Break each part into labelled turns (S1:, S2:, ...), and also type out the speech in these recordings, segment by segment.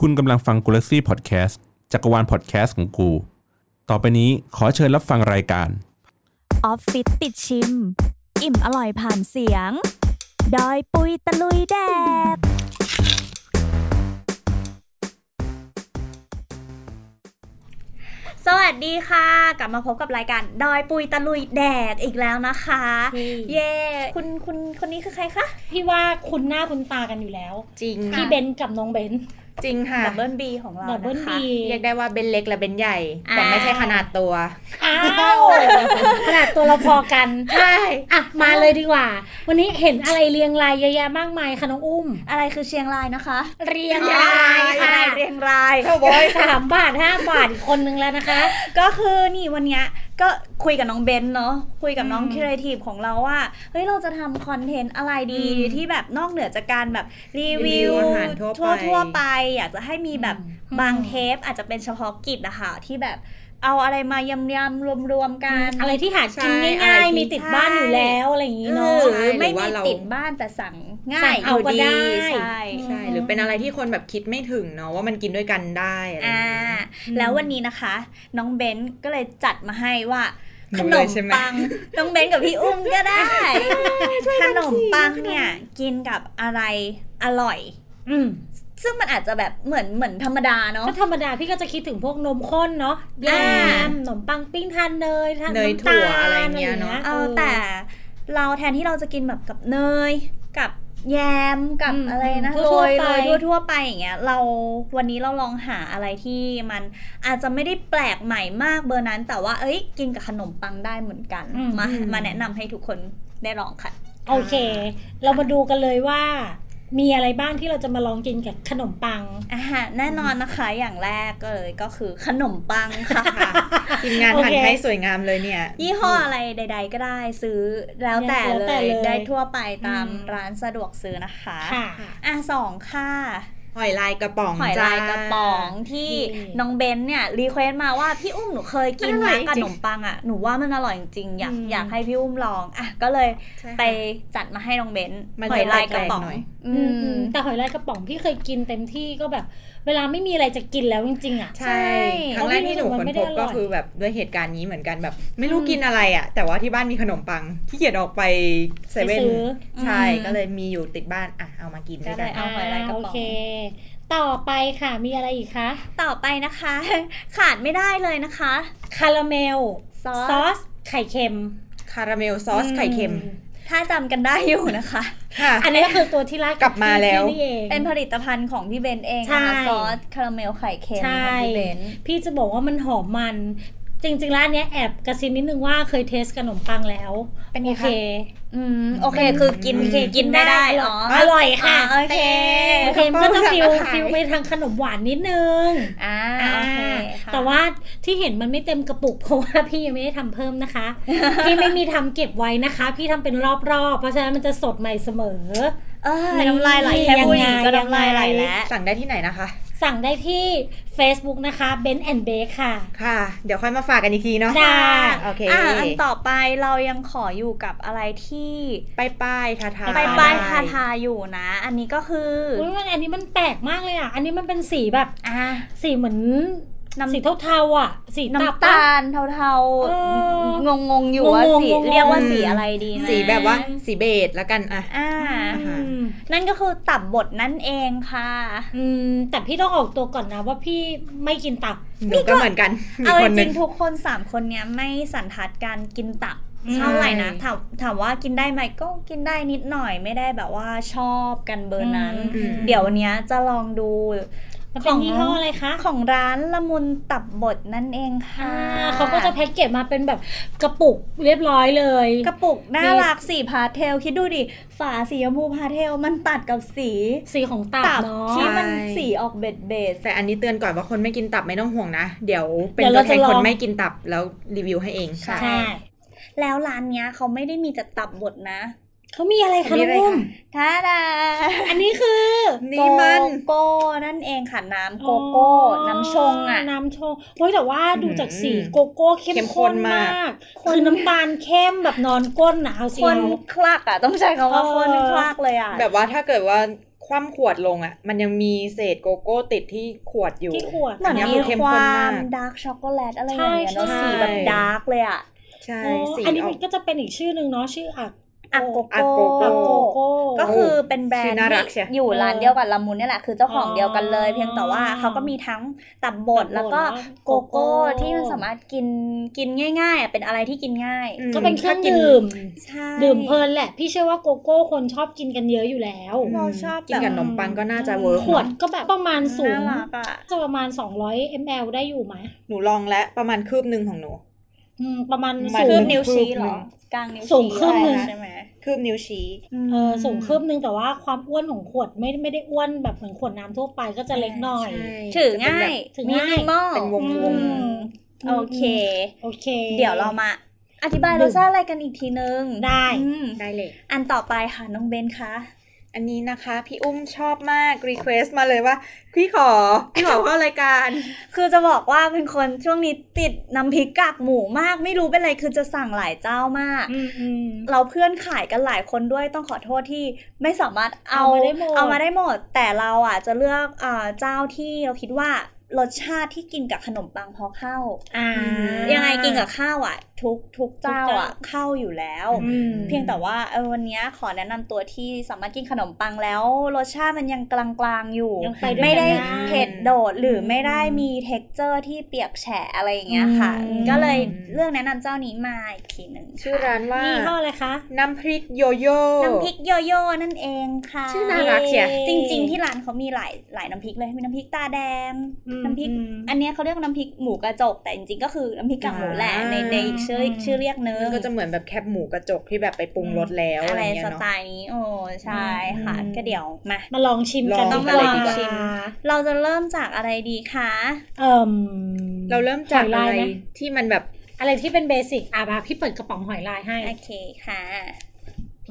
S1: คุณกำลังฟังกูลักซี่พอดแคสต์จักรวาลพอดแคสต์ของกู ต่อไปนี้ขอเชิญรับฟังรายการ
S2: ออฟฟิศติดชิม อิ่มอร่อยผ่านเสียง ดอยปุยตะลุยแดด สวัสดีค่ะ กลับมาพบกับรายการดอยปุยตะลุยแดดอีกแล้วนะคะ
S3: เย้
S2: เย่คุณคุณคนนี้คือใครคะ
S3: พี่ว่าคุณหน้าคุณตากันอยู่แล้ว
S4: จริง
S3: พี่เบนซ์กับน้องเบนซ์
S4: จริงค่ะ
S2: ดับเบิลบีของเรา
S3: ดับเบิล
S2: นะคะ
S3: บี
S4: เรียกได้ว่าเบนเล็กและเบนใหญ่
S2: อ่า
S4: แต่ไม่ใช่ขนาดตัว
S3: อ้าวขนาดตัวเราพอกัน
S4: ใช่
S3: อ่ะ มาเลยดีกว่า วันนี้เห็นอะไรเรียงรายเยอะแยะมากมายค่ะน้องอุ้ม
S2: อะไรคือเชียงรายนะคะ
S3: เรียงรายค่ะ
S2: อะไรเรียงราย
S4: เท่าบอย
S3: สามบาทห้าบาทอีกคนนึงแล้วนะคะ
S2: ก็คือนี่วันเนี้ยก็คุยกับน้องเบนซ์เนาะคุยกับน้อง
S3: อืม
S2: ครีเอทีฟของเราว่าเฮ้ยเราจะทำคอนเทนต์อะไรดี
S3: อืม
S2: ที่แบบนอกเหนือจากการแบบรี
S4: รี
S2: วิว
S4: วิวอาหารทั่วไป
S2: ทั่วๆไป อยากจะให้มีแบบ
S3: อืม
S2: บางเทปอาจจะเป็นเฉพาะกิจนะคะที่แบบเอาอะไรมายำยำรวมรวมๆกัน
S3: อะไรที่หากิน
S4: ใช่
S3: ง่าย
S4: อะ
S3: ๆ
S4: ไรที่
S3: มีติดบ้านอยู่แล้วอะไรอย่างนี้
S2: ห
S3: เนาะ
S4: ใช่
S2: รือไม่
S4: ห
S2: มี
S4: รือว่าเรา
S2: ติดบ้านแต่สั่งง่า
S3: สั่
S2: ย
S3: งเอาก็ได้
S2: ใช่
S4: ใช่หรือเป็นอะไรที่คนแบบคิดไม่ถึงเนาะว่ามันกินด้วยกันได้อะไรอย่า
S2: อ่าง
S4: เงี้ย
S2: แล้ววันนี้นะคะ น้องเบนซ์ก็เลยจัดมาให้ว่า ข
S4: หนู
S2: น
S4: เล
S2: ม
S4: ยใช่ไหม
S2: ปั งต้องเบนกับพี่อุ้มก็ได้ ขนมปังเนี่ยกินกับอะไรอร่อย
S3: อืม
S2: ซึ่งมันอาจจะแบบเหมือนเหมือนธรรมดาเนาะ
S3: ก็ธรรมดาพี่ก็จะคิดถึงพวกนมข้นเนาะแย
S2: อ่า
S3: มขนมปังปิ้งทานเนยทาน
S4: เนย
S3: น้ำ
S4: ถั่
S3: ตาว ล
S4: อะ
S3: อะไรไรอย่
S4: อา
S3: ย่าง งเงี้
S4: เงี้ย
S3: ย
S4: เนาะ
S2: เออแต่เราแทนที่เราจะกินแบบกับเนยกับแยมกับ
S3: อืม
S2: อะไรนะ
S3: ทั่
S2: โร
S3: วย ๆไป
S2: โรยทั่วๆไปอย่างเงี้ยเราวันนี้เราลองหาอะไรที่มันอาจจะไม่ได้แปลกใหม่มากเบอร์นั้น แต่ว่าเอ้ยกินกับขนมปังได้เหมือนกัน
S3: อืม
S2: มา
S4: อืม
S2: มาแนะนำให้ทุกคนได้ลองค่ะ
S3: โอเค เรามาดูกันเลยว่า มีอะไรบ้างที่เราจะมาลองกินกับขนมปัง
S2: อาหารแน่นอนนะคะอย่างแรกเลยก็คือขนมปังค่ะ
S4: ค่ะทีมงาน
S3: โอเค
S4: หั่นให้สวยงามเลยเนี่ย
S2: ยี่ห้ออะไรใด ๆ ก็ได้ซื้อแล้วแต่
S3: แล้ว
S2: เล
S3: แต่
S2: ย
S3: เลย
S2: ได้ทั่วไปตาม
S3: อืม
S2: ร้านสะดวกซื้อนะคะ
S3: ค่ะ
S2: อ่ะสองค่ะ
S4: หอยลายกระป๋อง
S2: หอย
S4: จ้
S2: ลายกระป๋องที่
S3: นี่
S2: น้องเบนเนี่ยรีเควสต์มาว่าพี่อุ้มหนูเคยกิน
S4: มันอร่
S2: มา
S4: อยจริง
S2: ขนมปังอ่ะหนูว่ามันอร่อยจริงๆอยาก
S4: อืม
S2: อยากให้พี่อุ้มลองอ่ะก็เลย
S4: ใช่ค่ะ
S2: ไปจัดมาให้น้องเบน
S4: มัน
S2: ห
S4: จะ
S2: อยลายกระป๋อง
S4: แปลกๆหน่อย
S2: อื
S3: อื
S2: ม
S3: มอืมแต่หอยลายกระป๋องพี่เคยกินเต็มที่ก็แบบ เวลาไม่มีอะไรจะกินแล้วจริงๆอ่ะ
S4: ใช่
S2: ใช่
S4: ครั้งแรกที่หนู
S3: เพ
S4: ค้
S3: ราะ
S4: น
S3: พี่
S4: พ
S3: รู้
S4: บ
S3: สึกมันไม่ได้อร่อย
S4: ก็คือแบบด้วยเหตุการณ์นี้เหมือนกันแบบ ไม่รู้กินอะไรอ่ะ แต่ว่าที่บ้านมีขนมปังที่เกียดออกไปเซ
S3: ไป
S4: เว่น
S3: ซื้อ
S4: ใช่
S2: อืม
S4: ก็เลยมีอยู่ติดบ้านอ่ะเอามากินด้วยกัน
S2: เอาหอยลายกระป๋อง
S3: โอเค ต่อไปค่ะมีอะไรอีกคะ
S2: ต่อไปนะคะ ขาดไม่ได้เลยนะคะ
S3: คาราเมล
S2: ซอส
S3: ซอส ไข่เค็ม
S4: คาราเมลซอสไข่เค็ม
S3: อื
S2: ถ้าจำกันได้อยู่นะคะ
S4: ค่ะ
S3: อันนี้ก็คือตัวที่รัก
S4: กลับมาแล้ว
S3: นี่เอง
S2: เป็นผลิตภัณฑ์ของพี่เบนเองนะคะ
S3: ใช่
S2: ซอสคาราเมลไข่เค็มข
S3: ใช่
S2: องพี่เบน
S3: พี่จะบอกว่ามันหอมมัน จริงๆแล้วอันเนี้ยแอบกระซิบนิดนึงว่าเคยเทสขนมปังแล้ว
S2: เป็นไง
S3: โอ
S2: ค
S3: เค
S2: ะอืมโอเคคือกิน
S4: โอเค
S2: กินได้ได้อ๋อ
S3: อร่อยค่ะ
S2: อ๋อโอเค
S3: โอเคมันก็จะฟิล
S4: ขนมปัง
S3: ฟิลไปทางขนมหวานนิดนึง
S2: อ่า
S3: อ่า
S2: โอเคค่ะ
S3: แต่ว่าที่เห็นมันไม่เต็มกระปุกเพราะว่าพี่ยังไม่ได้ทำเพิ่มนะคะ พี่ไม่มีทำเก็บไว้นะคะ พี่ทำเป็นรอบๆ เพราะฉะนั้นมันจะสดใหม่เสมอ
S2: เออน้ำลายไหลแค่
S3: ยังไง
S2: ผู้หญิงก็
S3: ยัง
S2: น้ำ
S3: ไง
S2: ลายไหลแล้ว
S4: สั่งได้ที่ไหนนะคะ
S3: สั่งได้ที่ Facebook นะคะ Ben and Bake ค่ะ
S4: ค่ะ เดี๋ยวค่อยมาฝากกันอีกทีเนาะ
S3: จ้า
S4: โอเค
S2: อ่าอันต่อไปเรายังขออยู่กับอะไรที่
S4: ไปป้ายทาทา
S2: ไปป้ายทาทาอยู่นะ อันนี้ก็คือ
S3: อุ้ยมันอันนี้มันแปลกมากเลยอ่ะ อันนี้มันเป็นสีแบบ
S2: อ่า
S3: สีเหมือน
S2: น้ำ
S3: สีเทาๆอ่ะ สี
S2: น้ำตา
S3: ปะ
S2: ลเทา
S3: เอ
S2: ๆ งงๆอยู่ว่าง
S3: งๆ
S2: สี
S3: งงๆ
S2: เรียกว่าสีอะไรดีนะ
S4: สีแบบว่าสีเบจแล้วกันอ่ะ
S2: อ่า
S3: อืม
S2: นั่นก็คือตับบดนั่นเองค่ะ
S3: อืมแต่พี่ต้องออกตัวก่อนนะว่าพี่ไม่กินตับ
S4: หนูก็เหมือนกันมี
S2: เอา
S4: ค
S2: จ
S4: น
S2: ริ
S4: หนึ่ง
S2: งๆทุกคน 3 คนเนี้ยไม่สันทัดการกินตับ
S3: อืม
S2: เท่าไหร่นะถามถามว่ากินได้ไหมก็กินได้นิดหน่อยไม่ได้แบบว่าชอบกันเบอร์นั้น
S3: อืม
S2: เดี๋ยววันเนี้ยจะลองดู
S3: มันเป็นยี่ห้ออะไรคะ
S2: ของร้านละมุนตับบดนั่นเอง
S3: อ่า
S2: ค่ะ
S3: เขาก็จะแพ็กเกจมาเป็นแบบกระปุกเรียบร้อยเลย
S2: กระปุกน่ารักสีพาเทล คิดดูดิ ฝาสีชมพูพาเทลมันตัดกับสี
S3: สีของตับ
S2: ตับ
S3: เนาะ
S2: ที่มัน
S4: ใช่
S2: สีออกเบ็ดเบส
S4: แต่อันนี้เตือนก่อนว่าคนไม่กินตับไม่ต้องห่วงนะ เดี๋ยวเป็น
S3: เดี๋ยว
S4: ตัว
S3: เรา
S4: แท
S3: จะ
S4: น
S3: ล
S4: ค
S3: อง
S4: นไม่กินตับแล้วรีวิวให้เอง
S2: ใช่
S3: ใช่
S2: แล้วร้านเนี้ยเขาไม่ได้มีแต่ตับบดนะ
S3: เขามีอะไรคะ
S4: มี
S3: น้อ
S4: อะ
S3: ง
S4: ไร
S3: อุ้ม
S4: คะ
S2: ท่าดา
S3: อันนี้คือ
S4: นี่มัน
S2: โกโก้นั่นเองค่ะน้ำโกโก้น้ำชงอ่ะ
S3: น้ำชงเฮ้ยแต่ว่าดูจากสีโกโก้เข้ม
S4: เข้มข้
S3: ข้น
S4: น
S3: ม
S4: มาก
S3: ากคือน้ำตาลเข้มแบบนอนก้นนะเอาสิ
S2: คนคลักอ่ะ ต้องใช้คำว่า
S3: เออ
S2: คนคลักเลยอ่ะ
S4: แบบว่าถ้าเกิดว่า คว่ำขวดลงอ่ะ มันยังมีเศษโกโก้ติดที่ขวดอยู่
S3: ที่ขวด
S2: เหมือน
S4: อันเนี้
S2: มี
S4: ยมันเข้ม
S2: ค
S4: ข้
S2: วา
S4: น
S2: ม
S4: าก
S2: มดาร์กช็อกโกแลตอะไรอย่างเงี้ยเนอะ
S3: ใช่
S2: สีแบบ
S4: ใช่
S2: ดาร์กเลยอะ
S4: ใช่
S3: อ๋อ
S4: สี
S3: อันนี้
S4: ออ
S3: มัน
S4: ก
S3: ก็จะเป็นอีกชื่อหนึ่งเนาะชื่ออัก
S2: อักโก
S4: อัก
S2: โก้
S4: โกโก้
S3: อักโกโก้
S2: ก็คือเป็นแบรน
S4: ชื่
S2: ด์
S4: อน่ารักเชี
S2: ที่
S4: ยว
S2: อยู่ร้านเดียวกับละมุนเนี่ยแหละคือเจ้าของเดียวกันเลย
S3: อ๋อ
S2: เพียงแต่ว่าเขาก็มีทั้งตับบด
S3: ตับบด
S2: แล้วก็
S3: แล้ว
S2: โกโก้
S3: โกโก้
S2: ที่มันสามารถกินกินง่ายๆอะเป็นอะไรที่กินง่าย
S4: อืม
S3: ก็เป็นเครื่อง
S4: ถ้ากิน
S3: ดื่ม
S2: ใช่
S3: ดื่มเพลินแหละ พี่เชื่อว่าโกโก้คนชอบกินกันเยอะอยู่แล้ว
S4: อืม
S2: เราชอบ
S4: กิ
S2: แบ
S4: น
S2: บ
S4: กับขนมปังก็น่าจะเวิร์ก
S3: ขวดก็แบบประมาณสูง
S2: น่ารักอะ
S3: จะประมาณ 200 ml ได้อยู่ไหม
S4: หนูลองแล้วประมาณคืบหนึ่งของหนู
S3: อืมประมาณ
S4: มัน
S3: สู
S2: คื
S3: ง
S2: บนิ้วชี้เหรอ
S4: คืบหนึ่ง
S2: กลางนิ้วชี้
S3: สูงครึ่งหนึ่ง
S2: ใช่ไหม
S4: คืบนิ้วชี้
S3: เออสูงครึ่มนึงแต่ว่าความอ้วนของขวดไม่ไม่ได้อ้วนแบบเหมือนขวดน้ำทั่วไปก็จะเล็กหน่อย
S2: ถือง่าย
S3: ถือง่าย
S2: มินิมอล
S4: เป็นวง
S3: อืม
S2: โอเค
S3: โอเค
S2: เดี๋ยวเรามาอธิบาย
S3: หนึ่
S2: รง สชาติอะไรกันอีกทีนึง
S3: ได้
S2: อืม
S4: ได้เลย
S2: อันต่อไปค่ะน้องเบนคะ
S4: อันนี้นะคะ พี่อุ้มชอบมากรีเควสมาเลยว่า พี่ขอ พี่ขอเข้ารายการ
S2: คือจะบอกว่าเป็นคนช่วงนี้ติดน้ำพริกกากหมูมาก ไม่รู้เป็นไรคือจะสั่งหลายเจ้ามาก
S3: อืมอืม
S2: เราเพื่อนขายกันหลายคนด้วยต้องขอโทษที่ไม่สามารถเอา
S3: เอามา
S2: เอามา
S3: ได้หมด
S2: ได้หมด แต่เราอ่ะจะเลือกอ่าเจ้าที่เราคิดว่ารสชาติที่กินกับขนมปังพอเข้า
S3: อ่า
S2: ยังไงกินกับข้าวอ่ะ ทุกทุกเจ้าอ่ะ
S3: ทุกเจ้า
S2: เข้าอยู่แล้ว
S3: อืม
S2: เพียงแต่ว่าเออวันเนี้ยขอแนะนำตัวที่สามารถกินขนมปังแล้วรสชาติมันยังกลางๆอยู่
S3: ยังไปด้วยกัน
S2: ไม่ได้
S3: ได้
S2: เผ็ดโดดหรืออ
S4: ม
S2: ไม่ได้มีเท็กเจอร์ที่เปียกแฉะอะไรอย่างเงี้ยค่ะ
S3: อืม
S2: ก็เลย
S4: อืม
S2: เลือกแนะนำเจ้านี้มาอีกทีหนึ่ง
S4: ชื่อร้านว่า
S3: ยี่ห้ออะไรคะ
S4: น้ำพริกโยโย่
S2: น้ำพริกโยโย่นั่นเองค่ะ
S4: ชื่อน่ารัก เชีย
S2: จริงๆที่ร้านเขามีหลายหลายน้ำพริกเลยมีน้ำพริกตาแดง
S3: อืม
S2: น้ำพริก
S3: อืม
S2: อันเนี้ยเขาเรียกน้ำพริกหมูกระจก แต่จริงๆก็คือน้ำพริกกากหมูแหละ
S4: อ่า
S2: ในในอีกชื่ออีกชื่อเรียกเนื้อ
S4: มันก็จะเหมือนแบบแคบหมูกระจกที่แบบไปปรุงรสแล้ว
S2: อะ
S4: อะไร ไรเงี้ย
S2: ส
S4: เนาะ
S2: ไตล์นี้โอ้ใช่ค่ะ
S3: อืม
S2: ก็เดี๋ยวมา
S3: มาลองชิมกัน
S4: ลอง
S3: ดีก
S4: กัน
S3: ว่า
S4: เลยดีกว่า
S2: ชิม เราจะเริ่มจากอะไรดีคะ
S3: เอิ่ม
S4: เราเริ่มจา
S3: ห
S4: ก
S3: ย
S4: อะ
S3: ลาย
S4: ไร
S3: หม
S4: ที่มันแบบ
S3: อะไรที่เป็นเบสิกอ่ะมาพี่เปิดกระป๋องหอยลายให้
S2: โอเคค่ะ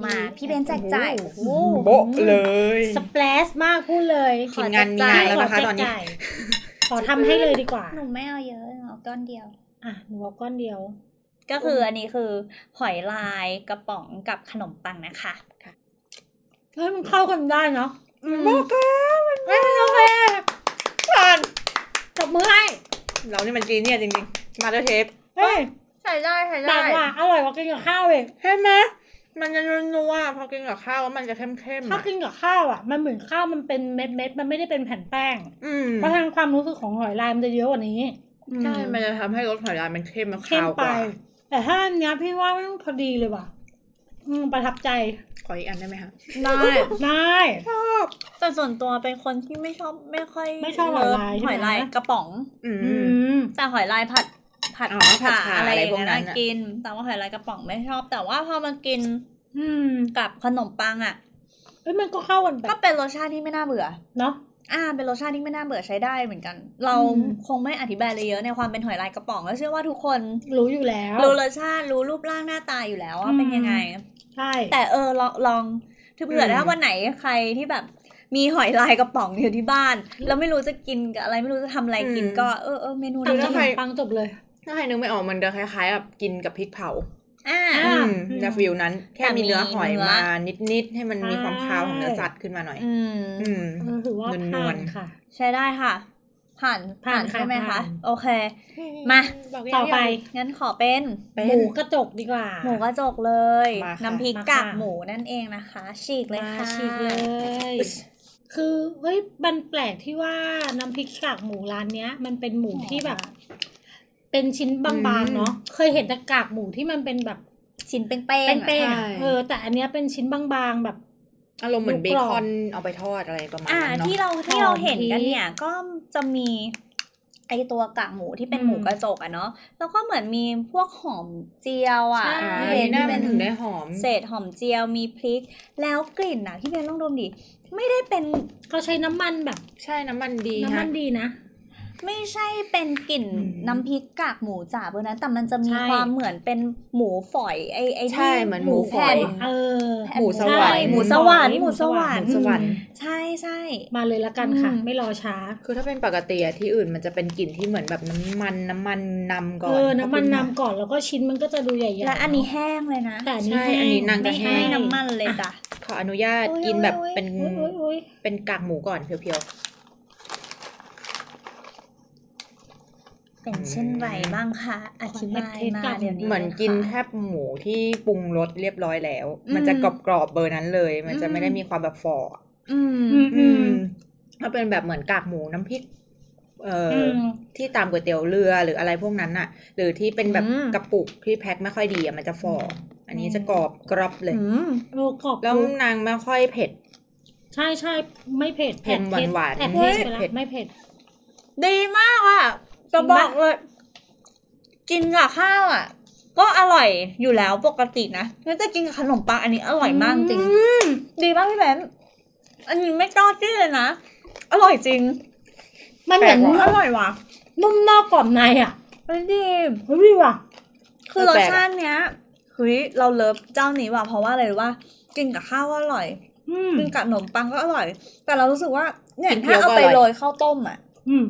S2: มาพี่เบนแจกจ่าย
S4: โอ้โห
S2: โอ้
S4: โบะเลย
S3: สเปลชมากพูดเลย
S4: ทีมงานมีงานแล้วนะคะตอนนี้
S3: ขแจกจ่ายขอทำให้เลยดีกว่า
S2: หนูไม่เอาเยอะเอาก้อนเดียว
S3: อ่ะหนูเอาก้อนเดียว
S2: ก็คืออันนี้คือหอยลายกระป๋องกับขนมปังนะคะ
S3: เฮ้ยมันเข้ากันได้เนาะ
S4: บอกแล้วมันไม่โอเคผ่าน
S3: จับมือให้
S4: เรานี่มันจีเนี่ยจริงๆ มาเตอร์เชฟ
S3: เฮ้ย
S2: ใส่ได้ใส่
S3: ห
S2: ได้
S3: ลักว่ะอร่อยกว่ากินกับข้าวเอง
S4: ใช่ไหมมันจะนัวๆพอกินกับข้าวแล้วมันจะเข้มๆ
S3: ถ้า
S4: อะ
S3: กินกับข้าวอ่ะ มันเหมือนข้าวมันเป็นเม็ดเม็ดๆมันไม่ได้เป็นแผ่นแป้ง
S4: อืม
S3: เพราะทางความรู้สึกของหอยลายมันจะเยอะกว่านี้
S4: ใช่ มันจะทำให้รสหอยลายมันเข้มมัน
S3: เข้ม
S4: ขาวก
S3: ไป
S4: ว่า
S3: แต่ถ้าอันเนี้ยพี่ว่ามันพอดีเลยว่ะ อืมประทับใจ
S4: ขออีกอันได้ไหมคะ
S2: ได้
S3: ได้
S4: ชอบ
S2: แต่ส่วนตัวเป็นคนที่ไม่ชอบไม่ค่อย
S3: ไม่ชอบหอยลาย
S2: เฟห
S3: ใช่ไหม
S2: อยลายกระป๋อง
S4: อื
S3: อื
S4: ม
S3: ม
S2: แต่หอยลายผัดผัด
S4: อ๋อผัดขา
S2: อะไรอย่าง
S4: อะไรพวกนั้
S2: เงี้
S4: น
S2: ย
S4: อะ
S2: กิน แต่ว่าหอยลายกระป๋องไม่ชอบ แต่ว่าพอมากิน
S3: อืม
S2: กับขนมปังอ่ะ
S3: เอ้ยมันก็เข้ากันแบ
S2: ก็
S3: บ
S2: เป็นรสชาติที่ไม่น่าเบื่อ
S3: เนาะ
S2: อ่า เป็นรสชาติที่ไม่น่าเบื่อใช้ได้เหมือนกัน เรา
S3: อืม
S2: คงไม่อธิบายเลยเยอะในความเป็นหอยลายกระป๋องก็เชื่อว่าทุกคน
S3: รู้อยู่แล้ว
S2: รู้รสชาติรู้รูปร่างหน้าตาอยู่แล้วว่าเป็นยังไง
S3: ใช่
S2: แต่เออลองลองถ้าเผื่อ
S4: ม
S2: ถ้าวันไหนใครที่แบบมีหอยลายกระป๋องอยู่ที่บ้าน แล้วไม่รู้จะกินกับอะไรไม่รู้จะทำอะไรกินก็เออเออเมนู
S4: หรื
S3: ตั
S2: นี้
S3: ดข
S4: อถ้าน ใคร
S3: มปังจบเลย
S4: ถ้าใครนึกไม่ออกมันจะคล้ายๆแบบกินกับพริกเผา
S2: อ่า
S4: อืม
S3: อืม
S4: จะฟิลนั้นแค่มีเนื้อหอย
S2: แต่มีเนื้อ
S4: มานิดๆ ให้มันมีความ
S3: ใช่
S4: คาวของเนื้อสัตว์ขึ้นมาหน่อย
S2: อืม
S4: อืม
S3: เออถือว่าผ่านค่ะ
S2: ใช้ได้ค่ะ ผ่าน
S3: ผ่าน
S2: ใช่ไหม
S3: ค่ะผ่า
S2: คะ
S3: น
S2: โอเค มา
S3: ต่อไป
S2: งั้นขอเป็น
S4: เป็น
S3: หมูกระจกดีกว่า
S2: หมูกระจกเลย
S4: มาค่ะ
S2: น้ำพริก
S3: มาค่ะ
S2: กากหมูนั่นเองนะคะ ฉีกเลย
S3: มา
S2: ค่ะ
S3: ฉีกเลย คือเฮ้ยมันแปลกที่ว่าน้ำพริกกากหมูร้านเนี้ย มันเป็นหมูที่แบบ เป็นชิ้นบางๆเนาะเคยเห็นแต่กากหมูที่มันเป็นแบบ
S2: ชิ้นเป้งๆอะ
S3: เป้งๆอะ
S4: ใช่
S3: เออ แต่อันเนี้ยเป็นชิ้นบางๆแบบ
S4: อารมณ์เหมือ
S3: ห
S4: น
S3: มู
S4: เบ
S3: กรอบ
S4: คอนเอาไปทอดอะไรประมาณ
S2: อ่า
S4: นั้นเนาะ
S2: ที่เราที่เราเห็นกันเนี่ย ก็จะมีไอตัวกากหมูที่เป็น
S3: อืม
S2: หมูกระจกอะเนาะ แล้วก็เหมือนมีพวกหอมเจียวอะ
S3: ใช่
S4: อ่า
S2: พี่
S4: อัน
S2: เบน
S4: นี้น่า
S2: ที่
S4: มั
S2: เป็นน
S4: ถึงได้หอม
S2: เศษหอมเจียวมีพริก แล้วกลิ่นอะพี่เบนลองดมดิ ไม่ได้เป็น
S3: เขาใช้น้ำมันแบบ
S4: ใช่น้ำมันดี
S3: น้ำ
S4: ฮะ
S3: มันดีนะ
S2: ไม่ใช่เป็นกลิ่น
S4: อืม
S2: น้ำพริกกากหมูจ๋าเบอร์นั้น แต่มันจะมี
S3: ใช่
S2: ความเหมือนเป็นหมูฝอยไอไอ
S4: ใช่
S2: ที่
S4: เหมือนหมูฝอย
S2: แผ่น
S3: เออ
S2: แผ่น
S4: หมูสวรรค์
S2: หมูสวรรค์หมูสวร
S4: ห
S2: ร
S4: มู
S2: ค์
S4: สวรรค์
S2: ใช่ใช่
S3: มาเลยละกันค่ะ
S2: อืม
S3: ไม่รอช้า
S4: คือถ้าเป็นปกติอะที่อื่นมันจะเป็นกลิ่นที่เหมือนแบบน้ำมันน้ำมันนำก่อน
S3: เออ น้ำมันนำก่อนแล้วก็ชิ้นมันก็จะดูใหญ่ๆ
S2: และอันนี้
S3: เาะ
S2: แห้งเลยนะ
S3: แต่อันนี้
S4: ใช่
S3: แห้ง
S4: อันนี้นาง
S3: ไม่
S4: จะแห้
S2: ไม่
S4: ง
S2: น้ำมันเลยจ้ะ
S4: ขออนุญาตกินแบบเป็น
S3: อุ๊ยอุ๊ยอุ๊ย
S4: เป็นกากหมูก่อนเพียว
S2: เป็นเช่นไรบ้างคะอธิบายมาเดี๋ยวนี้
S4: ๆ เหมือนกินแท
S2: ค่ะ
S4: บหมูที่ปรุงรสเรียบร้อยแล้ว มันจะ
S2: อืม
S4: กรอบๆเบอร์นั้นเลย มันจะ
S2: อืม
S4: ไม่ได้มีความแบบฝ่ออะ
S2: อืม
S3: อืมอืม
S4: ถ้าเป็นแบบเหมือนกากหมูน้ำพริก เอ่ออ
S3: ม
S4: ที่ตามก๋วยเตี๋ยวเรือหรืออะไรพวกนั้นน่ะ หรือที่เป็นแบบ
S2: อืม
S4: กระปุกที่แพ็คไม่ค่อยดีอะมันจะฝ่อออันนี้จะกรอบกรอบเลย
S2: อืม
S3: เออกรอบ
S4: แล้วนางไม่ค่อยเผ็ด
S3: ใช่ใช่ไม่เผ็ด
S4: เค็มหวานๆ
S3: แอบ
S4: เฮ้
S3: เผ็
S4: ย
S3: ดไปแล้ว
S4: เผ็ด
S3: ไม่เผ็ด
S2: ดีมากอ่ะจะบอกเลย กินกับข้าวอ่ะ ก็อร่อยอยู่แล้วปกตินะแล้วจะกินกับขนมปังอันนี้อร่อยมากจริงดีมากพี่แบมอันนี้ไม่จ้อจี้เลยนะ อร่อยจริง
S3: มันเหมือน
S4: แปลกว่
S2: อร่อยว่ะ
S3: นุ่มนอกกรอบในอ่ะ
S2: มันดี
S3: เฮ้ยว่ะ
S2: คือ
S4: เอ
S2: ร
S4: อ
S2: ส
S4: แปลกอะ
S2: ชาติเนี้ยเฮ้ยเราเลิฟเจ้านี้ว่ะเพราะว่าอะไรรู้ว่า กินกับข้าวก็อร่อย
S3: อืม
S2: กินกับขนมปังก็อร่อย แต่เรารู้สึกว่าเนี่ย
S4: กินเคี้
S2: ถ้า
S4: ยว
S2: เอา
S4: ก็อร่
S2: ไป
S4: อย
S2: โรยข้าวต้มอ่ะ
S3: อืม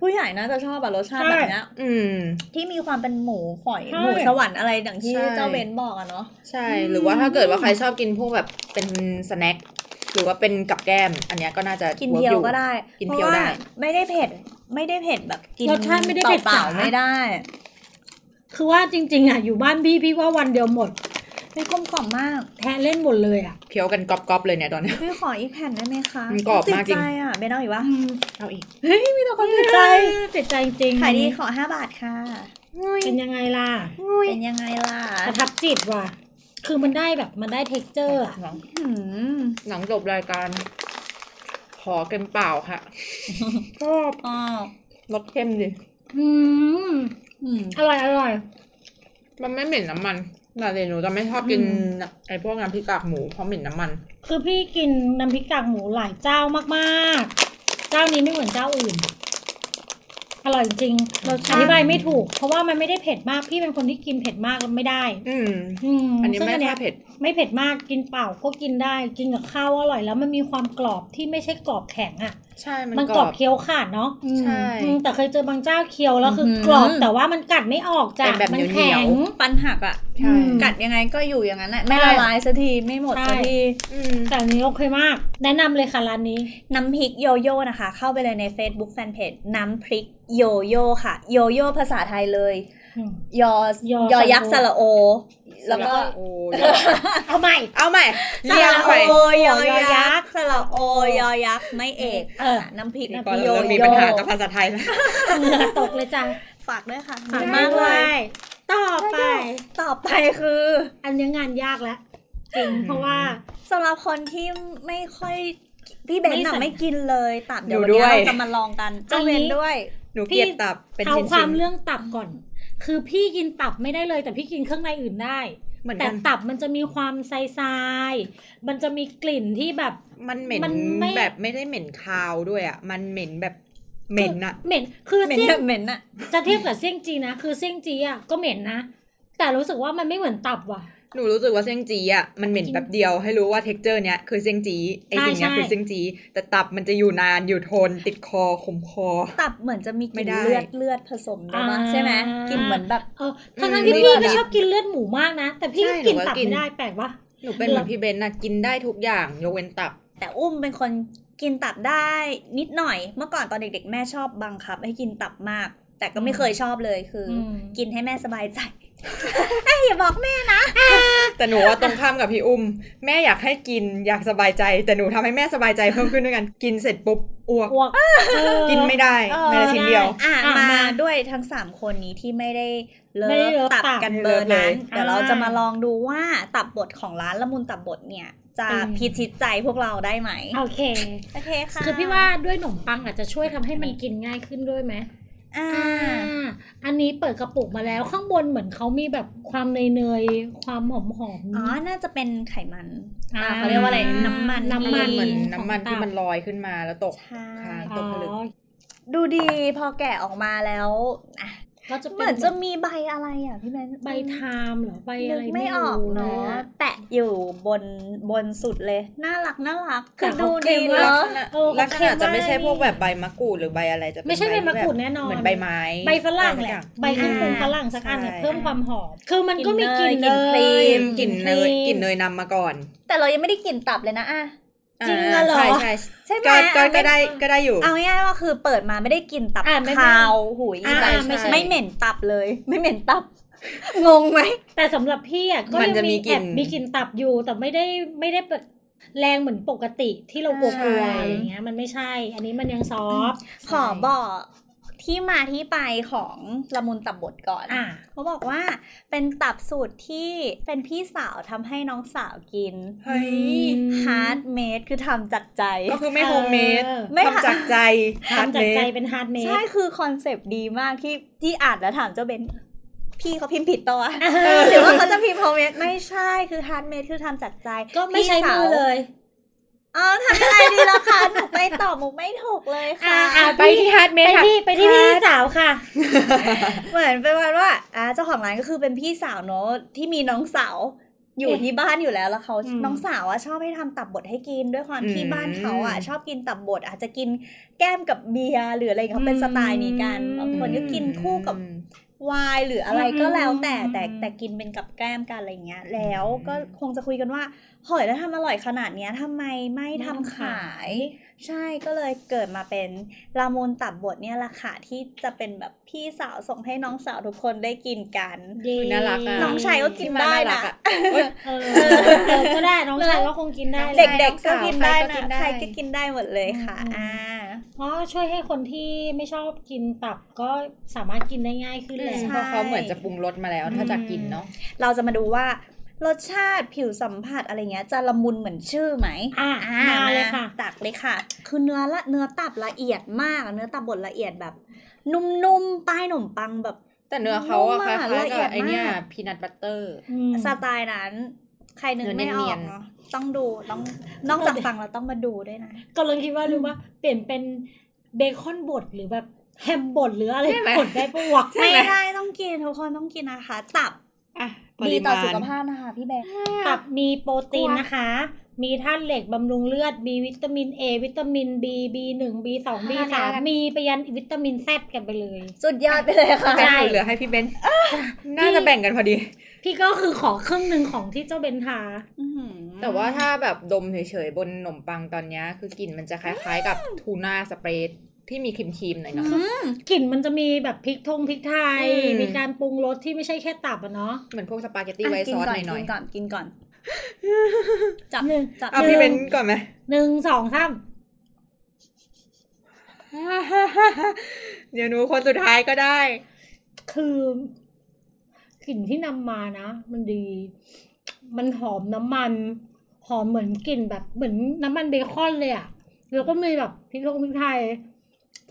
S2: ผู้ใหญ่น่าจะชอบแบบรสชาติ
S3: ใช่
S2: แบบเนี้ย
S4: อืม
S2: ที่มีความเป็นหมูฝอย
S3: ใช่
S2: หมูสวรรค์อะไรอย่างที่
S4: ใช่
S2: เจ้าเบนบอกอะเนาะ
S4: ใช่ หรือว่าถ้าเกิดว่าใครชอบกินพวกแบบเป็นสแน็คหรือว่าเป็นกับแกล้ม อันเนี้ยก็น่าจะ
S2: กิน
S4: work
S2: เดียว
S4: อ
S2: ก็ได้
S4: กินเดียวได้
S2: พราะาไม่ได้เผ็ด ไม่ได้เผ็ดแบบกิน
S3: รสชาติไม่ได้เผ็ด
S2: เปล่า
S3: จ๋า
S2: ๆไม่ได้
S3: คือว่าจริง ๆอ่ะอยู่บ้านพี่พี่ว่าวันเดียวหมด
S2: ไม่กลมกล่อมมาก
S3: แทะเล่นหมดเลยอ่ะ
S4: เคี้ยวกันกรอบๆเลยเนี่ยตอนเนี้ย
S2: พี่ขออีกแผ่นได้ไหมคะ
S4: มันกรอบมากจริง
S2: ติดใจอะเบนเอาอีกวะ
S4: เอาอีก
S2: เฮ้ยมีแต่คนติดใจ
S3: เจ็บใจจริง
S2: ขายดีขอห้าบาทค่ะ
S3: เป็นยังไงล่ะ
S2: เป็นยังไงล่ะ
S3: ประทับจิตว่ะ คือมันได้แบบมันได้เท็กเจอร์อ่ะ
S4: หลัง
S2: หืม
S4: หลังจบรายการ ขอเกินเปล่าค่ะ ชอบ
S2: อ๋อ
S4: รสเค็มดิ
S3: อืม
S2: อืม
S3: อร่อยอร่อย
S4: มันไม่เหม็นน้ำมันแต่เรนูจะไม่ชอบกิน
S2: อืม
S4: ไอ้พวกน้ำพริกกากหมูเพราะเหม็นน้ำมัน
S3: คือพี่กินน้ำพริกกากหมูหลายเจ้ามากๆ เจ้านี้ไม่เหมือนเจ้าอื่น อร่อยจริง
S4: รสชา
S3: อ
S4: ติ
S3: ธิบายไม่ถูก เพราะว่ามันไม่ได้เผ็ดมาก พี่เป็นคนที่กินเผ็ดมากไม่ได้
S4: อืม
S3: อืม
S4: อันนี้
S3: ซึ่ง
S4: ไม่
S3: เย
S4: ค่อยเผ็ด
S3: ไม่เผ็ดมากกินเปล่าก็กินได้ กินกับข้าวอร่อย แล้วมันมีความกรอบที่ไม่ใช่กรอบแข็งอะ่ะ
S4: ใช่ มัน
S3: มัน
S4: ก
S3: ก
S4: ร
S3: ร
S4: อ
S3: อ
S4: บบ
S3: เคี้ยวขาดเนาะ
S4: ใช่
S3: อืมแต่เคยเจอบางเจ้าเคี้ยวแล้วคือ
S2: หือ
S3: กรอบแต่ว่ามันกัดไม่ออกจ้ะ
S4: เป็นแบบ
S3: มั
S4: เหนี
S3: แข็
S4: ยว
S3: ง
S2: ปันหักอะ
S4: ใช่
S3: อืม
S2: กัดยังไงก็อยู่อย่างนั้นแหละ
S3: ใช่
S2: ไม่ละลายสักทีไม่หมดสั
S3: ใช่
S2: กที
S4: อืม
S3: แต่อันนี้โอเคมาก แนะนำเลยค่ะร้านนี้
S2: น้ำพริกโยโย่นะคะ เข้าไปเลยใน Facebook Fanpage น้ำพริกโยโย่ค่ะ โยโย่ภาษาไทยเลย
S3: อืม
S2: ยอย
S3: อ
S2: ยอยักษ์สระโอ แล้วก็
S4: โอ้ยอด
S3: เอาใหม่
S4: เอาใหม่
S2: ส
S4: เรียง
S2: ระ
S4: ไป
S2: โอยอ
S3: โอ้ยอยั
S2: ยั
S3: ก
S2: ก
S3: ษ์
S2: ษ์สระโอยอยักษ์ไม่เอก
S3: เออ
S2: ค่ะน้ำพริก
S4: นี่
S2: น้ำพ
S4: ก็
S2: ริกโย
S4: เริ่มมี
S2: โย่
S4: ปัญหากับภาษาไทยแล้ว
S3: เหงื่อตกเลยจ้ะ
S2: ฝากด้วยค่ะ
S3: ฝาก
S2: ดี
S3: มากเลย ต่อไป
S2: ต่อไปคือ
S3: อันนี้งานยากแล้วจริง
S4: อืม
S3: เพราะว่า
S2: สำหรับคนที่ไม่ค่อยพี่เบน
S3: ไม่
S2: น่ะ
S3: สน
S2: ไม่กินเลยตับเดี๋ยว
S4: อยู่
S2: วันนี้
S4: ด้วย
S2: เราจะมาลองกันเจ้าเบ
S3: อัน
S2: น
S3: นี้
S2: ด้วย
S4: หนูเกลียดตับเป็น
S3: เอา
S4: ชิ้น
S3: ความเรื่องตับก่อน คือพี่กินตับไม่ได้เลย แต่พี่กินเครื่องในอื่นได้
S4: ๆเหมือน
S3: แต่
S4: กัน
S3: ตับมันจะมีความทรายๆมันจะมีกลิ่นที่แบบ
S4: มันเหม็น
S3: มันไม่
S4: แบบไม่ได้เหม็นคาวด้วยอ่ะ มันเหม็นแบบเหม็นอะ
S3: เหม็น คือ
S2: เหม็น
S3: เสี่ยง
S2: เหม็นอะ
S3: จะเทียบกับเสี่ยงจีนะ คือเสี่ยงจีอ่ะก็เหม็นนะ แต่รู้สึกว่ามันไม่เหมือนตับว่ะ
S4: หนูรู้สึกว่าเซียงจีอ่ะมันเหม็น
S3: จริง
S4: แป๊บเดียวให้รู้ว่าเท็กเจอร์เนี้ยคือเซียงจีไอ
S3: ใช่
S4: สิ่งเนี้ย
S3: ใช่
S4: คือเซียงจี แต่ตับมันจะอยู่นานอยู่ทนติดคอขมคอ
S2: ตับเหมือนจะมีก
S4: ไม่
S2: ลิ่น
S4: ได้
S2: เลือดเลือดผสมด้วยมั้ยใช่ไหมกลิ่นเหมือนแบบ
S3: เออทั้ง
S4: อืม
S3: ๆที่พี่
S4: เลื
S3: ก็
S4: อดอะ
S3: ชอบกินเลือดหมูมากนะ แต่พี่
S4: ใช่
S3: กิน
S4: หนูก็
S3: ตับ
S4: กิน
S3: ไม่ได้แปลกวะ
S4: หนูเป็นเหมือนพี่เบนซ์นะกินได้ทุกอย่างยกเว้นตับ
S2: แต่อุ้มเป็นคนกินตับได้นิดหน่อย เมื่อก่อนตอนเด็ก ๆ แม่ชอบบังคับ ให้กินตับมาก แต่ก็ไม่เคยชอบเลยคืออ
S3: ม
S2: กินให้แม่สบายใจ เอ้ยอย่าบอกแม่
S4: แต่หนูว่าตรงข้ามกับพี่อุ้ม แม่อยากให้กินอยากสบายใจ แต่หนูทำให้แม่สบายใจเพิ่มขึ้นด้วยกันกินเสร็จปุ๊บอ้วก
S3: อ้วกเออ
S4: กินไม่ได้
S3: เออ
S4: แม้แต่ชิ้นเดียว
S2: อ่ะ
S3: อ่ะ
S2: มา
S3: มา
S2: ด้วยทั้ง 3 คนนี้ที่ไม่ได้เลิ
S3: ไม่ได้เลิ
S2: ฟ
S3: ฟ
S2: ตับ
S3: ตับ
S2: กัน
S4: ไม่
S2: เบ
S4: เลิ
S2: อ
S4: ฟ
S2: ร์
S4: เลย
S2: นั้น เดี๋ยวเรา
S3: อ่า
S2: จะมาลองดูว่าตับบดของร้านละมุนตับบดเนี่ย จะ
S3: เป็นยังไง
S2: พิชิตใจพวกเราได้ไหม
S3: โอเค
S2: โอเคค่ะ
S3: คือพี่ว่าด้วยขนมปังอาจจะช่วยทำให้มันกินง่ายขึ้นด้วยไหม
S2: อ่า
S3: อ่า อันนี้เปิดกระปุกมาแล้วข้างบนเหมือนเขามีแบบความเนยเนยๆความหอมหอมๆ
S2: อ๋อน่าจะเป็นไขมัน
S3: อ่า
S2: อ่าเขาเรียกว่าอะไรน้ำมัน
S3: น้ำ
S4: มัน
S2: ที่
S4: เหมือนน้ำมัน
S3: ของตับ
S4: ที่มันลอยขึ้นมาแล้วตก
S2: ใช่
S4: ค้าง
S3: อ๋
S4: ตกผลึก
S3: อ
S2: ดูดีพอแกะออกมาแล้วอ่ะ
S3: ก็จะ
S2: เห
S3: เป็
S2: มือน นจะมีใบอะไรอ่ะพี่แมน
S3: ใบไทม์เหรอใบ
S2: นึก
S3: อะไร
S2: ไม่ออก
S3: รู้
S2: เนาะแปะอยู่บนบนสุดเลย น่ารักน่ารัก
S3: แต่
S2: คือ
S3: เขา
S2: ดู
S3: เค็
S2: ดี
S3: ม
S2: เน
S3: มาก
S2: อะ
S3: เออ
S4: ลักษณะจะไม่ใช่
S3: โอเค
S4: พวกแบบใบมะกรูดหรือใบอะไรจะเป็น
S3: ไม่ใช่ใบมะกรูดแน่นอน
S4: เหมือนใบไม้
S3: ใบฝรั่งแหละใบ
S4: อะ
S3: ข้างบ
S4: ไสักอย่
S3: นฝรั่งสักอันเนี่ย
S4: ใช่
S3: เพิ่มความหอมคือมันก็มีกลิ่น
S4: กลิ่นค
S3: เน
S4: รี
S3: ย
S4: มกลิ่นเนยกลิ่นเนยนำมาก่อน
S2: แต่เรายังไม่ได้กลิ่นตับเลยนะอ่ะ
S3: จริงเหรอ
S4: าใช่ใช่
S2: ใช่ไหม
S4: ก็ก็
S2: อ่ะ
S4: ก็ได้ก็ได้อยู่
S2: เอาง่ายๆว่าคือเปิดมาไม่ได้กลิ่นตับ
S3: อ่ะไม่
S2: คาวหูย
S3: อ่ะ
S2: แบบ
S3: ไม่ใช่
S2: ไม่เหม็นตับเลย ไม่เหม็นตับ งงไหม
S3: แต่สำหรับพี่อ่ะก็
S4: มัน
S3: ยัง
S4: จะมี
S3: มี
S4: กลิ่
S3: แอน บมีกลิ่นตับอยู่แต่ไม่ได้ไม่ได้แบบแรงเหมือนปกติที่เรากลัวกลัว
S4: ใช่
S3: อะไรเงี้ยมันไม่ใช่ อันนี้มันยังซอฟต์
S2: ขอบอกที่มาที่ไปของละมุนตับบดก่อน
S3: อ่ะ
S2: เขาบอกว่าเป็นตับสูตรที่เป็นพี่สาวทำให้น้องสาวกิน
S4: เฮ้ย
S2: Hard made คือทำจากใจ
S4: ก็คือไม่โฮมเมด
S3: เออ
S2: ไม่ค่ะ
S4: ทำจากใจฮาร์ด
S3: ทำจา
S4: เม
S3: กใจ
S4: ด
S3: เป็นฮาร์ดเมด
S2: ใช่คือคอนเซปต์ดีมากที่ที่อ่านแล้วถามเจ้าเบนพี่เขาพิมพ์ผิดตัว หรือว่าเขาจะพิมพ์โฮมเมดไม่ใช่คือ Hard made คือทำจากใจ
S3: ก็ไม่ใช้มือเลย
S2: เออทำยังไงดีล่ะคะหนูไม่ตอบมุกไม่ถูกเลยค่ะ
S3: อ่ะ
S4: ไปที่ฮาร์ดเม
S3: ไป
S4: ดค่ะ
S3: ที่ไปที่พี่สาวค่ะ
S2: เหมือนเป็นวันว่าอ่าเจ้าของร้านก็คือเป็นพี่สาวเนอะที่มีน้องสาวอยู่
S3: เอ๊ะ
S2: ที่บ้านอยู่แล้วแล้วเขา
S3: อืม
S2: น้องสาวอะชอบให้ทำตับบดให้กินด้วยความที่
S4: อืม
S2: บ้านเขาอะชอบกินตับบดอาจจะกินแก้มกับเบียร์หรืออะไรอย่างเงี้ยเขาเป็นสไตล์นี้กันบางคนก็กินคู่กับไวน์หรืออะไรก็แล้วแต่แต่แต่กินเป็นกับแก้มกันอะไรอย่างเงี้ย แล้วก็คงจะคุยกันว่าเฮ้ยแล้วทำอร่อยขนาดเนี้ยทำไมไม่ทำขาย ใช่ก็เลยเกิดมาเป็นละมุนตับบดเนี่ยแหละค่ะที่จะเป็นแบบพี่สาวส่งให้น้องสาวทุกคนได้กินกัน
S3: เย้
S4: น่ารักะ
S2: น้องชายก็กินได้นะ
S3: เออเออก็ได้น้องชายก็คงกินได้
S2: เด็
S3: เด็
S2: ก
S3: ก
S2: ๆ
S4: น้
S2: ก็
S4: องสาว
S2: กินได้
S4: ใครก็กิ
S2: นะ
S4: นได้
S2: ใครก็กินได้หมดเลยค่ะอ่า
S3: อ๋อช่วยให้คนที่ไม่ชอบกินตับก็สามารถกินได้ง่ายขึ้นแหละ
S4: เพราะเขาเหมือนจะปรุงรสมาแล้วถ้าจากกินเนาะ
S2: เราจะมาดูว่ารสชาติผิวสัมผัสอะไรเงี้ยจะละมุนเหมือนชื่อไหม
S3: อ่ะมาเลยค่ะ
S2: ตักเลยค่ะ คือเนื้อละเนื้อตับละเอียดมากอะเนื้อตับบดละเอียดแบบ นุ่มๆป้ายหนมปังแบบ
S4: แต่เนื้อเขาอะ
S2: นุ่
S4: ค
S2: มอะ
S4: ล้ายๆ
S2: ละเอี
S4: กั
S2: ยดมาก
S4: บไอเนี้ยพีนัทบัตเตอร์
S3: อืม
S2: สไตล์นั้น ใครนึก
S4: เนื้อ
S2: ไม่ออ
S4: เนีย
S2: ก
S4: นๆ
S2: เนอะต้องดูต้องนอกจากฟังเราต้องมาดูด้วยนะ
S3: กำลังคิดว่ารู้ว่าเปลี่ยนเป็นเบคอนบดหรือแบบแฮมบดหรืออะไร
S4: ใช่ไหม
S3: บดได้ปะวะ
S4: ใช่
S2: ไม่
S4: ไหม
S2: ได้ต้องกินทุกคนต้องกินนะคะ ตับ
S4: อ่ะ
S2: ดีต่อสุขภาพนะคะพี่แบงค์
S3: ตับมีโปรตีนนะคะ มีธาตุเหล็กบำรุงเลือด มีวิตามิน A วิตามิน B B1 B2 B3 มีไปยันวิตามิน Z กันไปเลย
S2: สุดยอดไปเลยค่ะ
S4: แบ่งอยู่เหลือให้พี่เบนซ์น่าจะแบ่งกันพอดี
S3: พี่ก็คือขอครึ่งหนึ่งของที่เจ้าเบนทา
S2: อื้อหือ
S4: แต่ว่าถ้าแบบดมเฉยๆ บนขนมปังตอนเนี้ยคือกลิ่นมันจะคล้ายๆกับทูน่าสเปรดที่มีครีมๆหน่อยเนอะ
S3: กลิ่นมันจะมีแบบพริกทงพริกไทย
S4: อืม
S3: มีการปรุงรสที่ไม่ใช่แค่ตับอะเนาะ
S4: เหมือนพวกสปาเกตตี้
S2: อ่ะ
S4: ไวท์
S2: กิ
S4: ซ
S2: น
S4: อส
S2: ก่อน
S4: หน่อ
S2: กิน
S4: ย
S2: ก่อนกินก่อน จับจับ
S4: ๆเอาพี่เบนซ์ก่อนไหม
S3: หนึ่งสองสาม
S4: เดี๋ยวหนูคนสุดท้ายก็ได้
S3: คือกลิ่นที่นำมานะ มันดี มันหอมน้ำมัน หอมเหมือนกลิ่นแบบเหมือนน้ำมันเบคอนเลยอะแล้วก็มีแบบพริกลงพริกไทย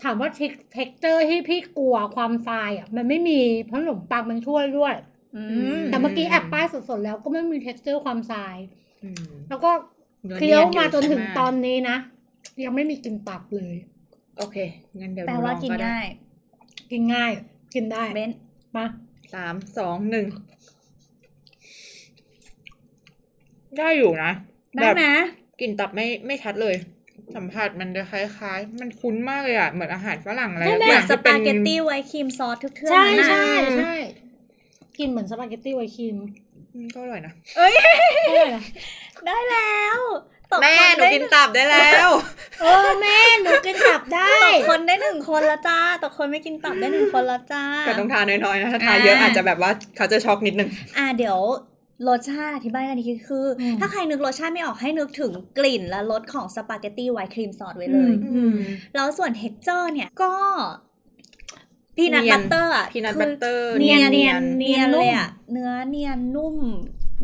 S3: ถามว่าเท็กเจอร์ที่พี่กลัวความฟายอะมันไม่มีเพราะขนมปังมันช่วยด้วย
S2: อืม
S3: แต่เมื่อกี้แอบป้ายสดๆแล้วก็ไม่มีเท็กเจอร์ความทราย
S4: อืม
S3: แล้วก็เคี้ยวมาจนถึงตอนนี้นะยังไม่มีกลิ่นตับเลย
S4: โอเค งั้นเดี๋ยวห
S2: แปล
S4: นูล
S2: ว่า
S4: อง
S2: กิน
S4: ก็ได้
S2: ง่าย
S3: กินง่าย กินได้
S2: เบน
S3: มา
S4: สามสองหนึ่ง ได้อยู่นะ
S2: ได้
S4: แบบ
S2: ไหม
S4: กลิ่นตับไม่ไม่ชัดเลย สัมผัสมันจะคล้ายๆ มันคุ้นมากเลยอ่ะ เหมือนอาหารฝรั่งอะไร
S2: เหมือน
S4: ง
S2: ส
S4: ที่
S2: ปาเกตตี้ไวท์ครีมซอสทุกเครื่อง
S3: ใช่
S2: นั้นน่ะ
S3: ใช่ใช่กินเหมือนสปาเกตตี้ไวท์ครีม
S4: อืมก็อร่อยนะ
S3: ใช่เหรอ
S2: ได้แล้วตก
S4: แม่
S2: คน
S4: หนู
S2: ได้
S4: กินตับได้แล้ว
S3: เออแม่หนูกินตับได้
S2: ตกคนได้หนึ่งคนละจ้าตกคนไม่กินตับได้หนึ่งคนละจ้า
S4: แต่ต้องทานน้อยๆนะ ถ้าทานเยอะ
S2: อ่า
S4: อาจจะแบบว่าเขาจะช็อกนิดนึง
S2: อ่าเดี๋ยวรสชาติอธิบายกันอีกทีคืออถ้าใครนึกรสชาติไม่ออกให้นึกถึงกลิ่นและรสของสปาเกตตี้ไวท์ครีมซอสไว้เลย
S4: อืม
S2: แล้วส่วนเท็กเจอร์เนี่ยก็พีนัท
S4: เนีย
S2: บั
S4: น
S2: ตเตอร์อ่ะ
S4: พีนัท
S2: คื
S4: บัตเตอร์
S3: เนียนเนียน
S2: เนียนเลยอ่ะเนื้อเนียนนุ่ม